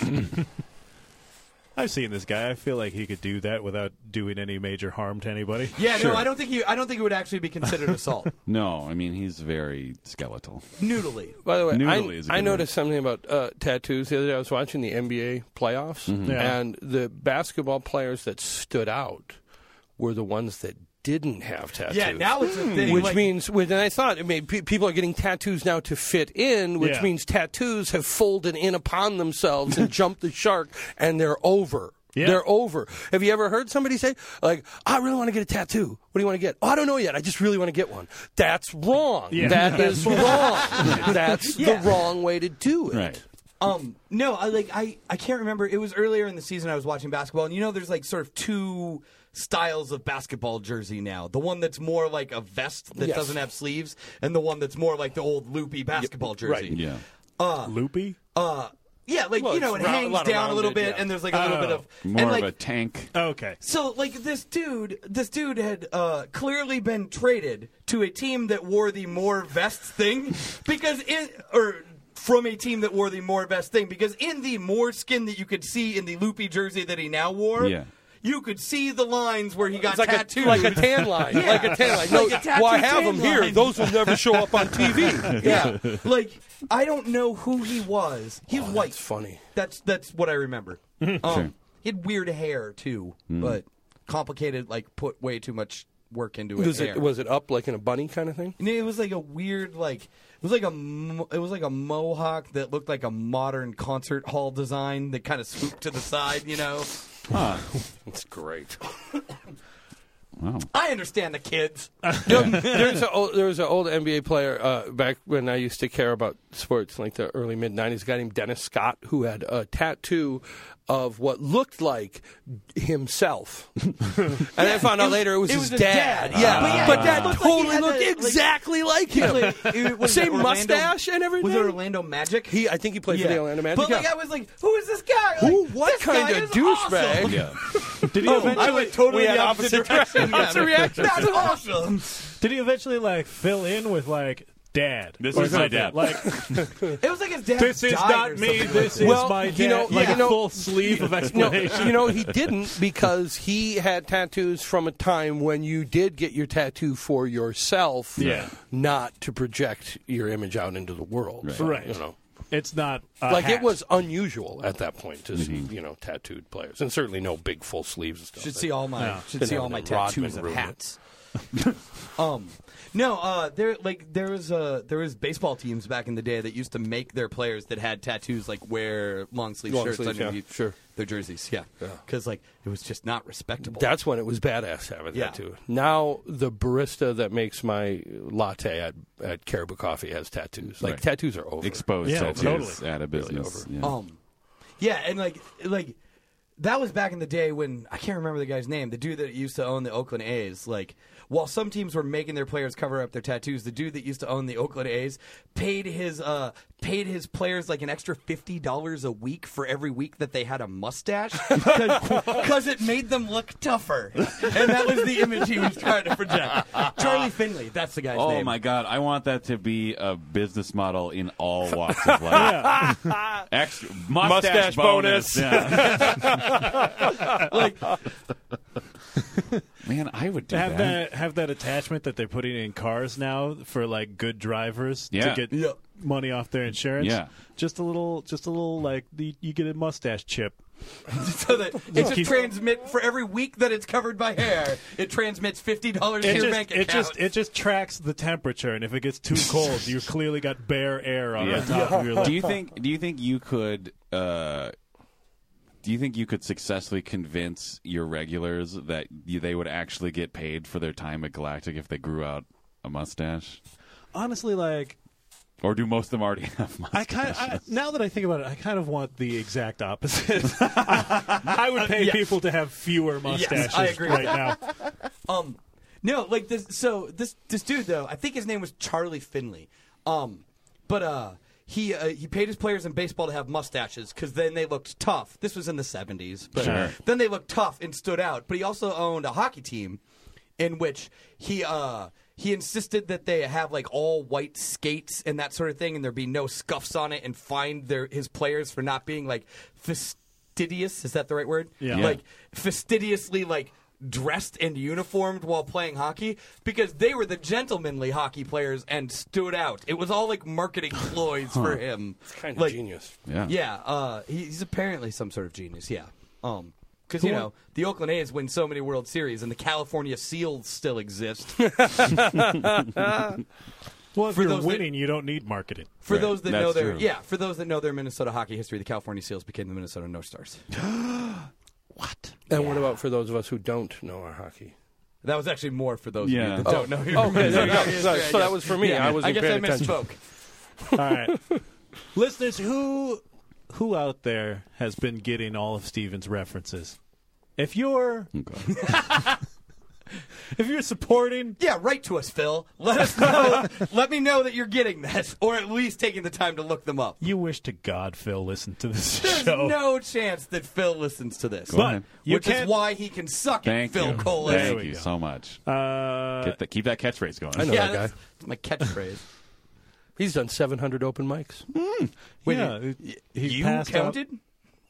B: I've seen this guy. I feel like he could do that without doing any major harm to anybody.
A: Yeah, no, I don't think he. I don't think it would actually be considered <laughs> assault.
D: No, I mean he's very skeletal.
A: Noodly.
F: By the way,
D: Noodly
F: I,
D: is a good
F: I noticed
D: word.
F: something about uh, tattoos the other day. I was watching the NBA playoffs,
D: Mm-hmm.
B: Yeah.
F: and the basketball players that stood out were the ones that didn't have tattoos.
A: Yeah, now it's a thing.
F: which
A: like-
F: means, which, and I thought, I mean, pe- people are getting tattoos now to fit in, which
B: Yeah.
F: means tattoos have folded in upon
B: <laughs>
F: themselves and jumped the shark, and they're over.
B: Yeah.
F: They're over. Have you ever heard somebody say, like, I really want to get a tattoo. What do you want to get? Oh, I don't know yet. I just really want to get one. That's wrong.
B: Yeah. <laughs>
F: That is wrong. <laughs> That's
A: Yeah.
F: the wrong way to do it.
D: Right.
A: Um, no, I like I I can't remember. It was earlier in the season I was watching basketball, and you know, there's like sort of two styles of basketball jersey now. The one that's more like a vest that
F: Yes.
A: doesn't have sleeves, and the one that's more like the old loopy basketball jersey.
D: Yeah.
B: Loopy?
F: Oh.
A: Uh, yeah, like
F: Well,
A: you know, it
F: it's round- a
A: hangs
F: lot of
A: down a little
F: rounded,
A: bit,
F: yeah.
A: and there's like a little
B: Oh.
A: bit of
D: More
A: and
D: of
A: like
D: a
A: <laughs>
D: tank.
B: Okay.
A: So like this dude, this dude had uh, clearly been traded to a team that wore the more
D: <laughs>
A: vest thing because in or from a team that wore the more vest thing because in the more skin that you could see in the loopy jersey that he now wore,
D: Yeah.
A: you could see the lines where he got
F: It's like
A: tattooed.
F: a, like a tan line.
A: Yeah.
F: Like a tan line.
A: Like
F: No,
A: a tattoo
F: why have
A: tan
F: them here?
A: line.
F: Those will never show up on <laughs>
A: <laughs>
F: TV.
A: yeah, like I don't know who he was. He's
F: Oh,
A: white.
F: That's funny.
A: That's that's what I remember. Um,
D: <laughs> Sure. Hmm.
A: He had weird hair too, but complicated. Like put way too much work into his
F: Was
A: hair.
F: it was it up like in a bunny kind of thing?
A: And it was like a weird, like it was like a mo- it was like a mohawk that looked like a modern concert hall design that kind of swooped to the side. You know,
F: That's great.
A: I understand the
F: <laughs>
A: kids.
F: No, there's a old, <laughs> there was an old NBA player uh, back when I used to care about sports, like the early mid '90s. A guy named Dennis Scott who had a tattoo of what looked like himself, <laughs> and I found out later it was,
A: it
F: his,
A: was his
F: dad.
A: dad.
F: Yeah,
A: Ah. But yeah,
F: but
A: it
F: that
A: looked like he
F: totally
A: had
F: looked
A: that, like-
F: exactly like him.
A: It was
F: Same
A: Orlando-
F: mustache and everything.
A: Was it Orlando Magic?
F: He, I think he played for the Orlando Magic.
A: But like,
F: yeah.
A: I was like, who is this guy? Like,
F: Who? What
A: this guy
F: kind of
A: is
F: douchebag? Oh,
A: awesome.
B: Did he eventually?
A: I went totally
F: had
A: the opposite, direction.
F: Opposite reaction.
A: That's awesome.
B: Did he eventually like fill in with like dad?
E: This
B: or
E: is my
B: something?
E: dad.
B: Like
E: <laughs>
A: It was like his dad.
B: this is
A: died or
B: not me.
A: something
B: This
A: like
B: is
A: that.
F: Well,
B: my
F: you
B: dad.
F: know-
B: like
F: you
B: a
F: know-
B: full sleeve of
F: <laughs> No,
B: explanation.
F: you know he didn't because he had tattoos from a time when you did get your tattoo for yourself,
B: Yeah.
F: not to project your image out into the world. So,
B: Right.
F: You know,
B: It's not a
F: like
B: hat. Mm-hmm.
F: it was unusual at that point to see you know tattooed players, and certainly no big full sleeves and stuff.
A: Should see all my
B: No.
A: should see all my tattoos
F: Rodman
A: and
F: ruined it.
A: hats. <laughs> um, no, uh, there like there was uh there was baseball teams back in the day that used to make their players that had tattoos like wear long sleeve
F: Long
A: shirts
F: sleeves,
A: underneath
F: yeah, sure.
A: their jerseys, yeah, because like it was just not respectable.
F: That's when it was badass having
A: Yeah.
F: that too. Now the barista that makes my latte at, at Caribou Coffee has tattoos. Like tattoos are over.
D: Exposed
B: Yeah,
D: tattoos
B: totally.
D: out of business. yeah.
A: Um, yeah, and like like that was back in the day when I can't remember the guy's name. The dude that used to own the Oakland A's, like while some teams were making their players cover up their tattoos, the dude that used to own the Oakland A's paid his uh paid his players like an extra fifty dollars a week for every week that they had a mustache
D: <laughs>
A: because it made them look tougher, and that was the image he was trying to project. Charlie Finley, that's the guy's
D: Oh
A: name.
D: my god, I want that to be a business model in all walks of life. <laughs> Extra mustache,
E: Mustache bonus.
D: Yeah. <laughs> Man, I would do
B: To have
D: that.
B: that have that attachment that they're putting in cars now for like good drivers
D: Yeah.
B: to get
A: Yeah.
B: money off their insurance.
D: Yeah.
B: Just a little just a little like the, you get a mustache chip.
A: <laughs> so that it just
B: keep-
A: transmit for every week that it's covered by hair, it transmits fifty dollars to
B: It
A: your
B: just
A: bank account.
B: it just it just tracks the temperature and if it gets too cold you clearly got bare air on
D: Yeah.
B: the top of your lip.
D: Do you think do you think you could uh do you think you could successfully convince your regulars that you, they would actually get paid for their time at Galactic if they grew out a mustache?
B: Honestly like
D: Or do most of them already <laughs> have mustache?
B: I kind I, now that I think about it, I kind of want the exact opposite.
A: <laughs>
B: I, I would pay people to have fewer mustaches
A: I agree with
B: right
A: <laughs>
B: now.
A: um, no, like this. So this this dude though, I think his name was Charlie Finley. Um, but uh, he uh, he paid his players in baseball to have mustaches because then they looked tough. This was in the seventies, but
B: Sure.
A: then they looked tough and stood out. But he also owned a hockey team, in which he uh. He insisted that they have like all white skates and that sort of thing, and there be no scuffs on it, and find their his players for not being like fastidious. Is that the right word?
B: Yeah.
A: Like fastidiously like dressed and uniformed while playing hockey because they were the gentlemanly hockey players and stood out. It was all like
F: <laughs>
A: marketing ploys for him. It's
F: Kind of
A: like,
F: genius.
D: yeah.
A: Yeah, uh, he- he's apparently some sort of genius. Yeah. Um, because you know the Oakland A's win so many World Series, and the California Seals still
F: <laughs>
A: exist.
B: Well, if
A: For
B: you're
A: those that-
B: winning, you don't need marketing.
A: For
D: Right.
A: those that
D: That's
A: know their
D: true.
A: yeah, for those that know their Minnesota hockey history, the California Seals became the Minnesota North Stars.
F: And what about for those of us who don't know our hockey?
A: That was actually more for those
D: Yeah.
A: of you that don't know. your
F: Okay, <laughs> there you go.
A: Minnesota
F: So,
A: history,
F: Oh. so
A: I
F: that
A: guess.
F: was for me. I
A: I
F: wasn't
A: guess I
F: paying attention.
A: misspoke.
B: All right, <laughs> listeners, who who out there has been getting all of Steven's references? If you're <laughs> if you're supporting,
A: Yeah, write to us, Phil. Let us know. <laughs> let me know that you're getting this, or at least taking the time to look them up.
B: you wish to God Phil listened to this
A: There's
B: show.
A: no chance that Phil listens to this,
B: but you
A: which
B: can't.
A: is why he can suck
D: Thank
A: it, Phil
D: you.
A: Colas.
D: Thank
B: we
D: you
B: go.
D: so much.
B: uh,
D: Get that, keep that catchphrase going.
F: I know
A: Yeah,
F: that
A: that's,
F: guy.
A: that's my catchphrase.
F: He's done 700 open <laughs> mics.
B: yeah, he, he
A: <laughs> you
B: passed out.
A: counted?
F: <laughs>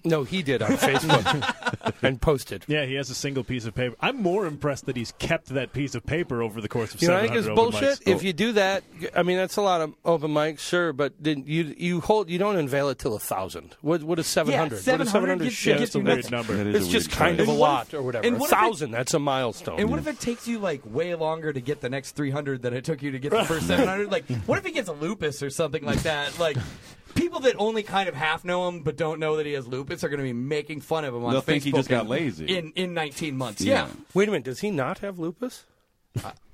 F: No, he did on Facebook. and posted.
B: Yeah, he has a single piece of paper. I'm more impressed that he's kept that piece of paper over the course of
F: You know, I
B: 700
F: think it's
B: open
F: bullshit.
B: mics.
F: If you do that, I mean, that's a lot of open mics, sure, but then you you hold you don't unveil it till a thousand. What what is seven hundred? what
A: 700
F: is seven hundred
A: gets-
B: yeah,
F: shit?
A: gets
B: it's a
A: you
B: weird
A: nuts.
B: number.
D: That is
F: It's
D: a
F: just
D: weird
F: kind of
D: choice.
F: a
A: And what
F: lot
A: if-
F: or whatever.
A: and
F: A
A: what if it-
F: thousand, that's a milestone.
A: And what if it takes you like way longer to get the next 300 than it took you to get the <laughs> first 700? Like, what if he gets lupus or something like that? Like, people that only kind of half know him but don't know that he has lupus are going to be making fun of him on
D: They'll
A: Facebook.
D: think he just got
A: in-
D: lazy.
A: in in 19 months. Yeah,
D: Yeah.
F: Wait a minute, does he not have lupus?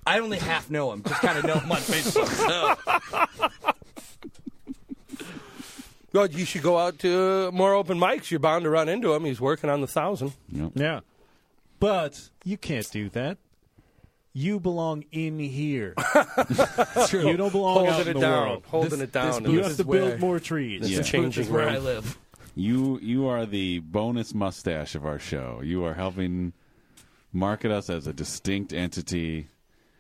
A: I only half know him, just kind of know him on Facebook.
F: Well, you should go out to uh, more open mics. You're bound to run into him. He's working on the thousand.
B: Yeah. But you can't do that. You belong in here.
A: true.
B: You don't belong out in
F: Holding it
B: the
F: down.
B: world.
F: Holding
A: This-
F: it down.
A: this
B: You
A: This
B: have
A: is
B: to build
A: where-
B: more trees.
F: It's a
A: Which is
F: changing
A: where
F: world.
A: I live.
D: You you are the bonus mustache of our show. You are helping market us as a distinct entity.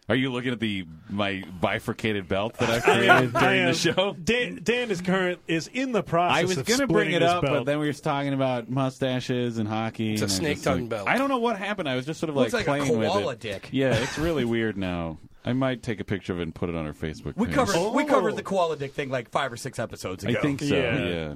D: Are you looking at the my bifurcated belt that <laughs> I created
B: I
D: during
B: am-
D: the show?
B: Dan, Dan is current is in the process.
D: I was
B: of
D: going to bring
B: splitting
D: it
B: his
D: up, but
B: belt.
D: then we were talking about mustaches and hockey. It's
F: a snake tongue belt.
D: I don't know what happened. I was just sort of like
A: Looks like a
D: playing
A: koala
D: with it.
A: dick.
D: Yeah,
A: <laughs>
D: it's really weird now. I might take a picture of it and put it on our Facebook.
A: We
D: page.
A: covered we
B: Oh.
A: covered the koala dick thing like five or six episodes
D: I
A: ago.
D: think so.
B: Yeah.
D: Yeah.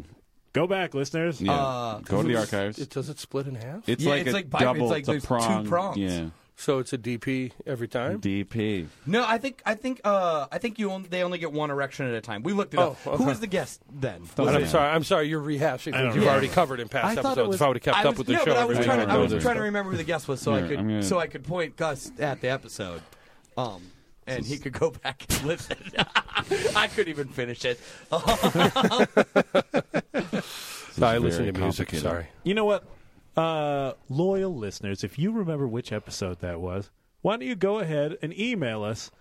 B: go back, listeners.
D: Yeah.
A: Uh,
D: Go to the archives.
F: It does it split in half?
D: It's
A: Yeah,
D: like
A: it's
D: a
A: like bi-
D: double.
A: it's like
D: a
A: there's two
D: prong.
A: prongs.
D: Yeah.
F: So it's a DP every time?
D: DP.
A: no, I think I think uh, I think you only, they only get one erection at a time. We looked it up.
F: Oh, okay.
A: Who was the guest then?
D: Doesn't
F: And I'm
D: matter.
F: sorry. I'm sorry. You're rehashing
B: I don't
F: things you've
B: know.
F: already covered in past
A: I thought it
F: episodes.
A: was-
F: if I would have kept
A: I
F: up
A: was,
F: with the
A: no,
F: show,
A: but I was,
F: everybody
A: trying to,
F: would
A: I
F: know
A: was
D: this.
A: trying to remember who the guest was so I
D: Yeah,
A: could
D: I'm gonna-
A: so I could point Gus at the episode, um, and he could go back and listen. <laughs> I couldn't even finish it.
F: this. I
D: It's
F: listen
D: very
F: to music.
D: complicated.
F: Sorry.
B: You know what? Uh, loyal listeners, if you remember which episode that was, why don't you go ahead and email us?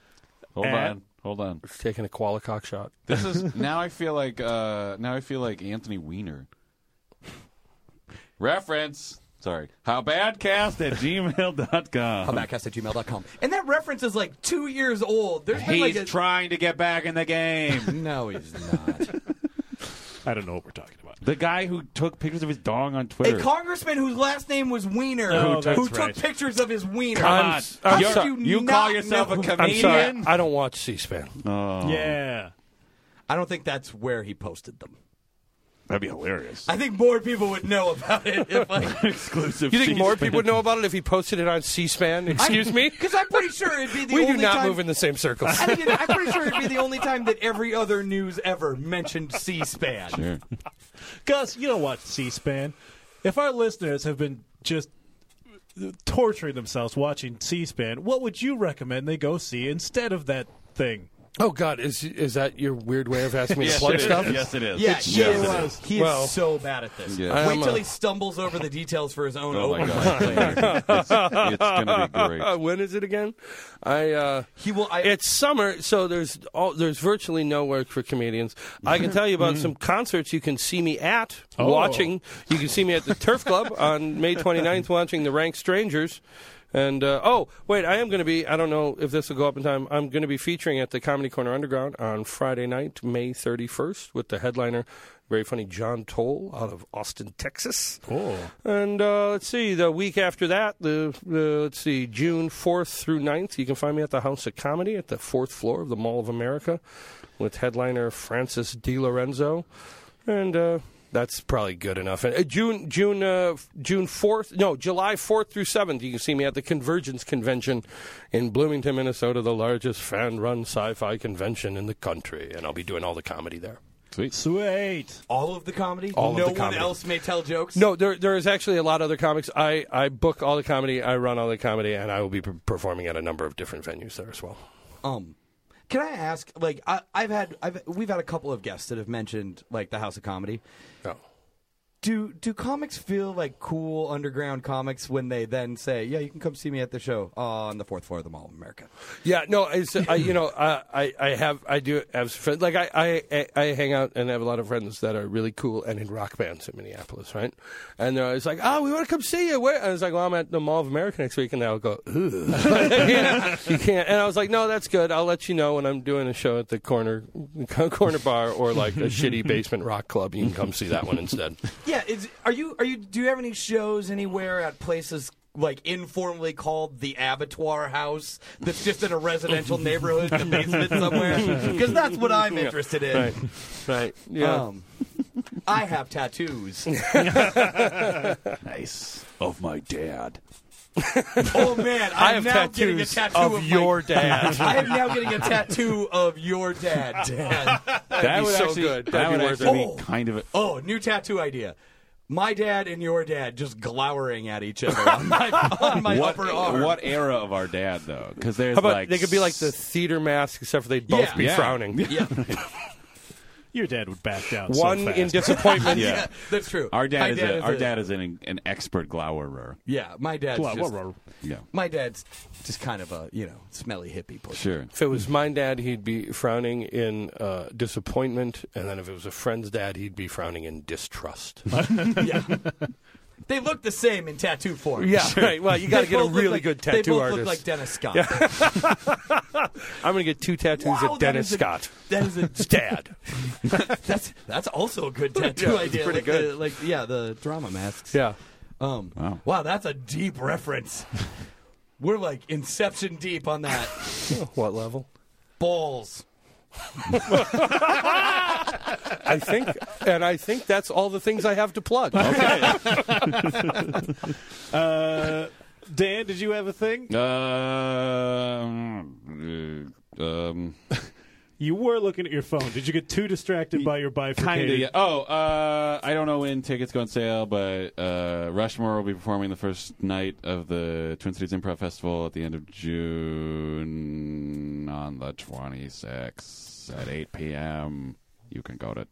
D: Hold
B: And-
D: on. Hold on.
F: Taking a Qualicock shot.
D: This is <laughs> now. I feel like uh, now. I feel like Anthony Weiner. Reference. Sorry. Howbadcast at gmail.com.
A: Podcast at gmail.com. And that reference is like two years old. There's been
D: He's
A: like a,
D: trying to get back in the
E: <laughs>
D: game.
A: No, he's not.
B: I don't know what we're talking about.
D: the guy who took pictures of his dong on
A: a
D: Twitter.
A: congressman whose last name was Wiener,
B: Oh,
A: who,
B: that's
A: who took
B: right.
A: pictures of his wiener.
F: I'm
D: God,
F: s- I'm
D: you're-
F: sorry.
A: you
D: you
A: not
D: call yourself
A: know-
D: a
A: I'm
F: I'm sorry.
D: comedian?
F: I don't watch C-SPAN.
D: Oh,
B: Yeah.
A: I don't think that's where he posted them.
D: that'd be hilarious.
A: I think more people would know about it if like
D: Exclusive.
F: You think more people would know about it if he posted it on C-SPAN? <laughs>
A: <laughs>
F: Excuse me.
A: because I'm pretty sure it'd be the
F: <laughs> We
A: only
F: do not
A: time
F: move
A: <laughs>
F: in the same circles.
A: I think it, I'm pretty sure it'd be the only time that every other news ever mentioned C-SPAN.
D: Sure.
B: Gus, you don't watch C SPAN. If our listeners have been just torturing themselves watching C SPAN, what would you recommend they go see instead of that thing?
F: <laughs> Oh God, is is that your weird way of
E: <laughs>
F: asking me to
D: Yes,
F: plug
D: it is.
F: stuff?
D: Yes, it is.
A: Yeah,
D: It's-
A: he,
D: yes,
A: is,
D: it is.
A: he is
F: Well,
A: so bad at this.
D: yeah.
A: Wait
F: I'm
A: till
F: a-
A: he stumbles over the details for his own
D: Oh my
A: open
D: god!
A: mic.
D: <laughs> it's, it's gonna
F: <laughs>
D: be great.
F: Uh, when is it again? I uh,
A: He will. I,
F: it's summer, so there's all, there's virtually no work for comedians. I can tell you
D: Mm.
F: about some concerts you can see me at
D: Oh.
F: watching. You can see me at the
D: <laughs>
F: Turf Club on May 29th watching the Rank Strangers. And uh, oh wait, I am going to be. I don't know if this will go up in time. I'm going to be featuring at the Comedy Corner Underground on Friday night, May 31st, with the headliner, very funny John Toll out of Austin, Texas.
B: Oh.
F: And uh, let's see, the week after that, the, the let's see, June 4th through 9th, you can find me at the House of Comedy at the fourth floor of the Mall of America with headliner Francis DiLorenzo. And uh, that's probably good enough. And, uh, June June uh, f- June 4th, no, July 4th through 7th, you can see me at the Convergence Convention in Bloomington, Minnesota, the largest fan-run sci-fi convention in the country, and I'll be doing all the comedy there.
B: Sweet.
A: <laughs> all of the comedy.
F: All of
A: no
F: the comedy.
A: one else may tell jokes.
F: No, there there is actually a lot of other comics. I, I book all the comedy, I run all the comedy, and I will be per- performing at a number of different venues there as well.
A: Um, can I ask? Like, I, I've had, I've we've had a couple of guests that have mentioned like the House of Comedy.
F: Oh.
A: Do do comics feel like cool underground comics when they then say, "Yeah, you can come see me at the show uh, on the fourth floor of the Mall of America"?
F: Yeah, no, it's, uh, I, you know, I, I, I have, I do have friends, like I, I- I, I hang out and have a lot of friends that are really cool and in rock bands in Minneapolis, right? And they're always like, oh, we want to come see you. Where? And I was like, well, I'm at the Mall of America next week. And they'll go, ooh. <laughs> you can't. And I was like, no, that's good. I'll let you know when I'm doing a show <laughs> at the corner, corner bar or like a shitty basement rock club. You can come see that one instead.
A: Yeah, is, are you are you do you have any shows anywhere at places like informally called the Abattoir House that's just in a residential neighborhood in the basement somewhere? Because that's what I'm interested in.
F: Right. Yeah.
A: Um, I have tattoos.
E: Nice. Of my dad.
A: Oh man, I'm
F: I have
A: now getting a
F: tattoos
A: tattoo
F: of,
A: of, my-
F: your dad.
A: <laughs> I am now getting a tattoo of
F: <laughs>
A: your dad, Dan.
E: that
F: be
E: would
F: so
E: actually,
F: good.
E: That
F: That'd be
E: would
F: worth
E: actually
A: it.
E: be kind of a,
A: Oh, new tattoo idea. My dad and your dad just glowering at each other on
F: <laughs>
A: my, on my
E: what,
A: upper arm.
E: what era of our dad though? Because there's
F: How about
E: like
F: they could be like the theater mask, except for they'd both
A: Yeah.
F: be
E: Yeah.
F: frowning.
A: <laughs> Yeah,
B: Your dad would back down.
F: One
B: so fast.
F: in disappointment.
E: <laughs> Yeah.
A: yeah, that's true.
E: our
A: My
E: dad is, a, our dad is an an expert glowerer.
A: Yeah, my dad's
B: Blah, blah,
A: just,
B: blah.
E: Yeah,
A: my dad's just kind of a you know smelly hippie pussy.
F: <laughs>
E: sure.
F: If it was my dad, he'd be frowning in uh, disappointment, and then if it was a friend's dad, he'd be frowning in <laughs> distrust.
A: <laughs> Yeah, they look the same in tattoo form.
F: Yeah, right. Well, you got to
A: They
F: get a
A: both look
F: really
A: like-
F: good
A: They
F: tattoo
A: both
F: artist.
A: look like Dennis Scott.
F: I'm going to get two tattoos
A: Wow,
F: of
A: that
F: Dennis
A: is a-
F: Scott.
A: That is a
F: <laughs> Dad.
A: <laughs> that's that's also a
F: <laughs>
A: good tattoo idea.
F: pretty
A: like
F: good.
A: The, like yeah, the drama masks.
F: Yeah.
A: Um, wow.
E: Wow.
A: that's a deep
F: <laughs>
A: reference. We're like Inception deep on that.
F: What level?
A: Balls.
F: I think, and I think that's all the things I have to plug.
B: Uh, Dan, did you have a thing?
E: Uh, Um, uh, um,
B: You were looking at your phone. Did you get too distracted by your bifurcated?
E: kind of. Yeah. Oh, uh, I don't know when tickets go on sale, but uh, Rushmore will be performing the first night of the Twin Cities Improv Festival at the end of June on the 26th at 8 p.m. You can go to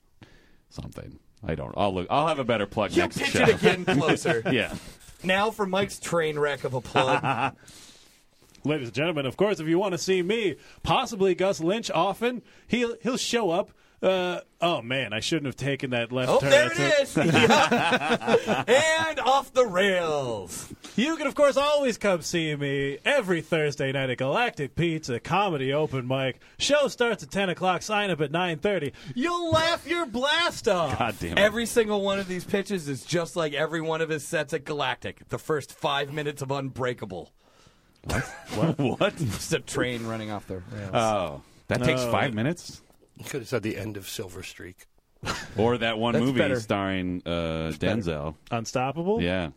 E: something. I don't. I'll look. I'll have a better plug
A: You
E: next
A: pitch
E: show. <laughs>
A: it
F: <laughs>
A: again closer.
E: yeah.
A: Now for Mike's train wreck of a
F: <laughs>
A: plug.
B: Ladies and gentlemen, of course, if you want to see me, possibly Gus Lynch, often he'll he'll show up. Uh, oh man, I shouldn't have taken that left
A: Oh,
B: turn.
A: there it
B: That's a-
A: is.
F: <laughs>
A: Yeah. <laughs> and off the rails.
B: You can, of course, always come see me every Thursday night at Galactic Pizza Comedy Open Mic. Show starts at 10 o'clock, sign up at 9.30. You'll laugh your blast off.
E: God damn it.
A: Every single one of these pitches is just like every one of his sets at Galactic. The first five minutes of Unbreakable.
E: <laughs> what?
A: Just a train running off the rails.
E: Oh, that takes five minutes.
F: Could have said the end of Silver Streak.
E: Or that one
A: That's
E: movie
A: better.
E: starring uh, Denzel.
B: Unstoppable?
E: Yeah.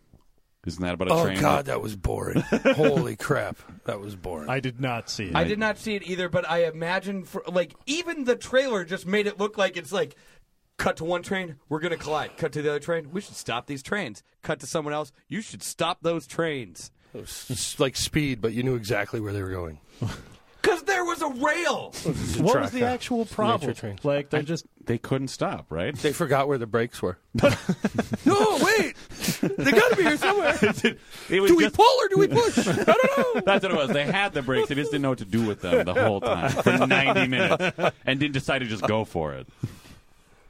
E: Isn't that about a
F: Oh
E: train?
F: God, that was <laughs> boring. Holy crap, that was boring.
B: I did not see it.
A: I did not see it either, but I imagine for like even the trailer just made it look like it's like cut to one train, we're gonna collide. Cut to the other train, we should stop these trains. Cut to someone else, you should stop those trains.
F: It was s- like speed, but you knew exactly where they were going.
A: Cause there was a rail.
B: what
F: track
B: was the
F: that.
B: actual problem?
F: train.
B: Like, they're just...
E: They couldn't stop, right?
F: They forgot where the brakes were. <laughs> no, wait, they got to be here somewhere.
E: It was
F: Do <laughs> we
E: just-
F: pull or do we <laughs> push? I don't know.
E: that's what it was. They had the brakes. They just didn't know what to do with them the whole time for 90 minutes and didn't decide to just go for it.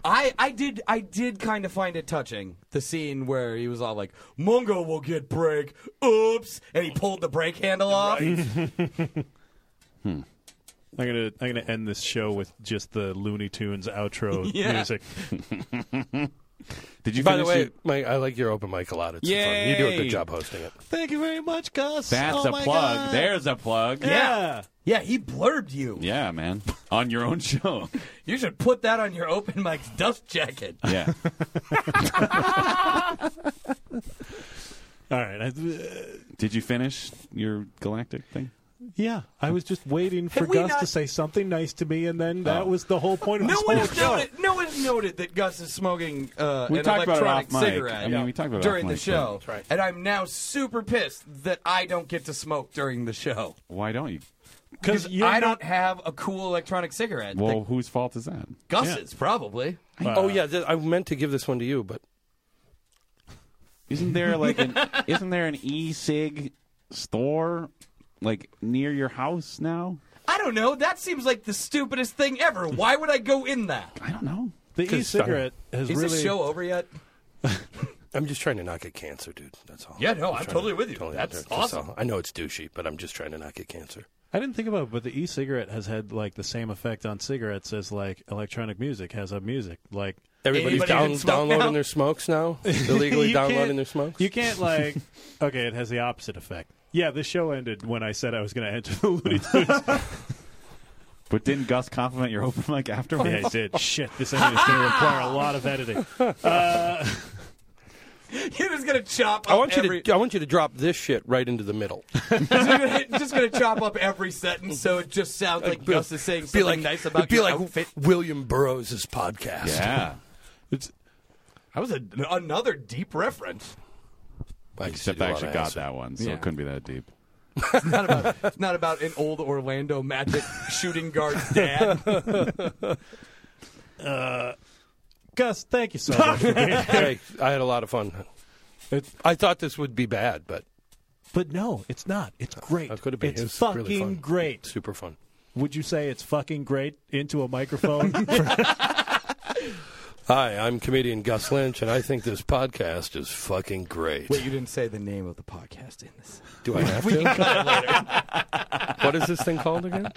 A: I, I did I did kind of find it touching the scene where he was all like, Mungo will get brake. Oops and he pulled the brake handle off.
B: I'm going to I'm gonna end this show with just the Looney Tunes outro
A: Yeah.
B: music.
E: Did you
F: By the
E: finish
F: way,
E: your-
F: Mike, I like your open mic a lot. It's fun. You do a good
E: Yay.
F: job hosting it.
B: Thank you very much, Gus.
E: that's
B: Oh
E: a
B: my
E: plug.
B: God.
E: There's a plug.
B: Yeah.
A: Yeah, he blurbed you.
E: Yeah, man. On your own show.
A: You should put that on your open mic's dust jacket.
E: Yeah.
B: All right. I, uh,
E: Did you finish your galactic thing?
B: Yeah, I was just waiting for
A: we
B: Gus
A: not-
B: to say something nice to me, and then that
E: Oh.
B: was the whole point of
A: No
B: this whole
A: one's
B: show.
A: noted. No one's noted that Gus is smoking uh,
E: We
A: an
E: talked about it
A: electronic
E: off mic.
A: cigarette.
E: I mean, we talked about it
A: during
E: off
A: the
E: mic,
A: show,
E: but- That's
F: right.
A: and I'm now super pissed that I don't get to smoke during the show
E: Why don't you?
B: Because you're
A: I
B: not-
A: don't have a cool electronic cigarette.
E: Well,
A: that
E: whose fault is that?
A: Gus's probably.
F: oh yeah, th- I meant to give this one to you, but
E: Isn't there like
F: <laughs>
E: an isn't there an e-cig store like near your house now?
A: I don't know. That seems like the stupidest thing ever. Why would I go in that?
E: I don't know.
B: the e-cigarette has
A: Is
B: really.
A: this show over yet?
F: I'm just trying to not get cancer, dude. That's all.
A: Yeah, no, I'm
F: trying to-
A: totally with you. That's
F: all.
A: awesome.
F: all. uh, I know it's douchey, but I'm just trying to not get cancer.
B: I didn't think about it, but the e-cigarette has had like the same effect on cigarettes as like electronic music has on music. Like
F: Everybody's
A: Anybody
F: down,
A: can smoke
F: downloading
A: now?
F: their
A: <laughs>
F: smokes now. Illegally
B: You
F: downloading
B: can't-
F: their smokes.
B: You can't <laughs> like. okay, it has the opposite effect. Yeah, the show ended when I said I was going to enter the <laughs> Looney Tunes.
D: But didn't Gus compliment your open mic afterwards?
B: yeah, I did. Shit, this ending is going to require a lot of editing.
A: <laughs> You're just gonna chop. Up
F: I want you
A: every-
F: to. I want you to drop this shit right into the
A: <laughs>
F: middle.
A: just gonna chop up every sentence so it just sounds like Gus is saying something
F: <laughs> be like
A: nice about
F: it'd be
A: your
F: like
A: outfit.
F: William Burroughs' podcast.
D: Yeah.
A: That was a, another deep reference.
F: I
D: Except
F: see a
D: I
F: lot
D: actually
F: of
D: got
F: ass.
D: that one, so
A: Yeah.
D: it couldn't be that deep.
A: <laughs> Not about, it's not about an old Orlando Magic shooting guard's
F: <laughs>
A: dad.
B: <laughs> Gus, thank you so <laughs> much
D: <laughs>
B: for being here.
F: <laughs> Hey, I had a lot of fun.
B: It's-
F: I thought this would be bad, but
B: But no, it's not. It's great.
F: it could have been.
B: it's
F: It was
B: fucking
F: really fun.
B: great.
F: super fun.
B: Would you say it's fucking great into a <laughs> microphone?
F: Hi, I'm comedian Gus Lynch, and I think this podcast is fucking great.
A: Wait, you didn't say the name of the podcast in this.
F: <laughs> do I have to? What is this thing called again?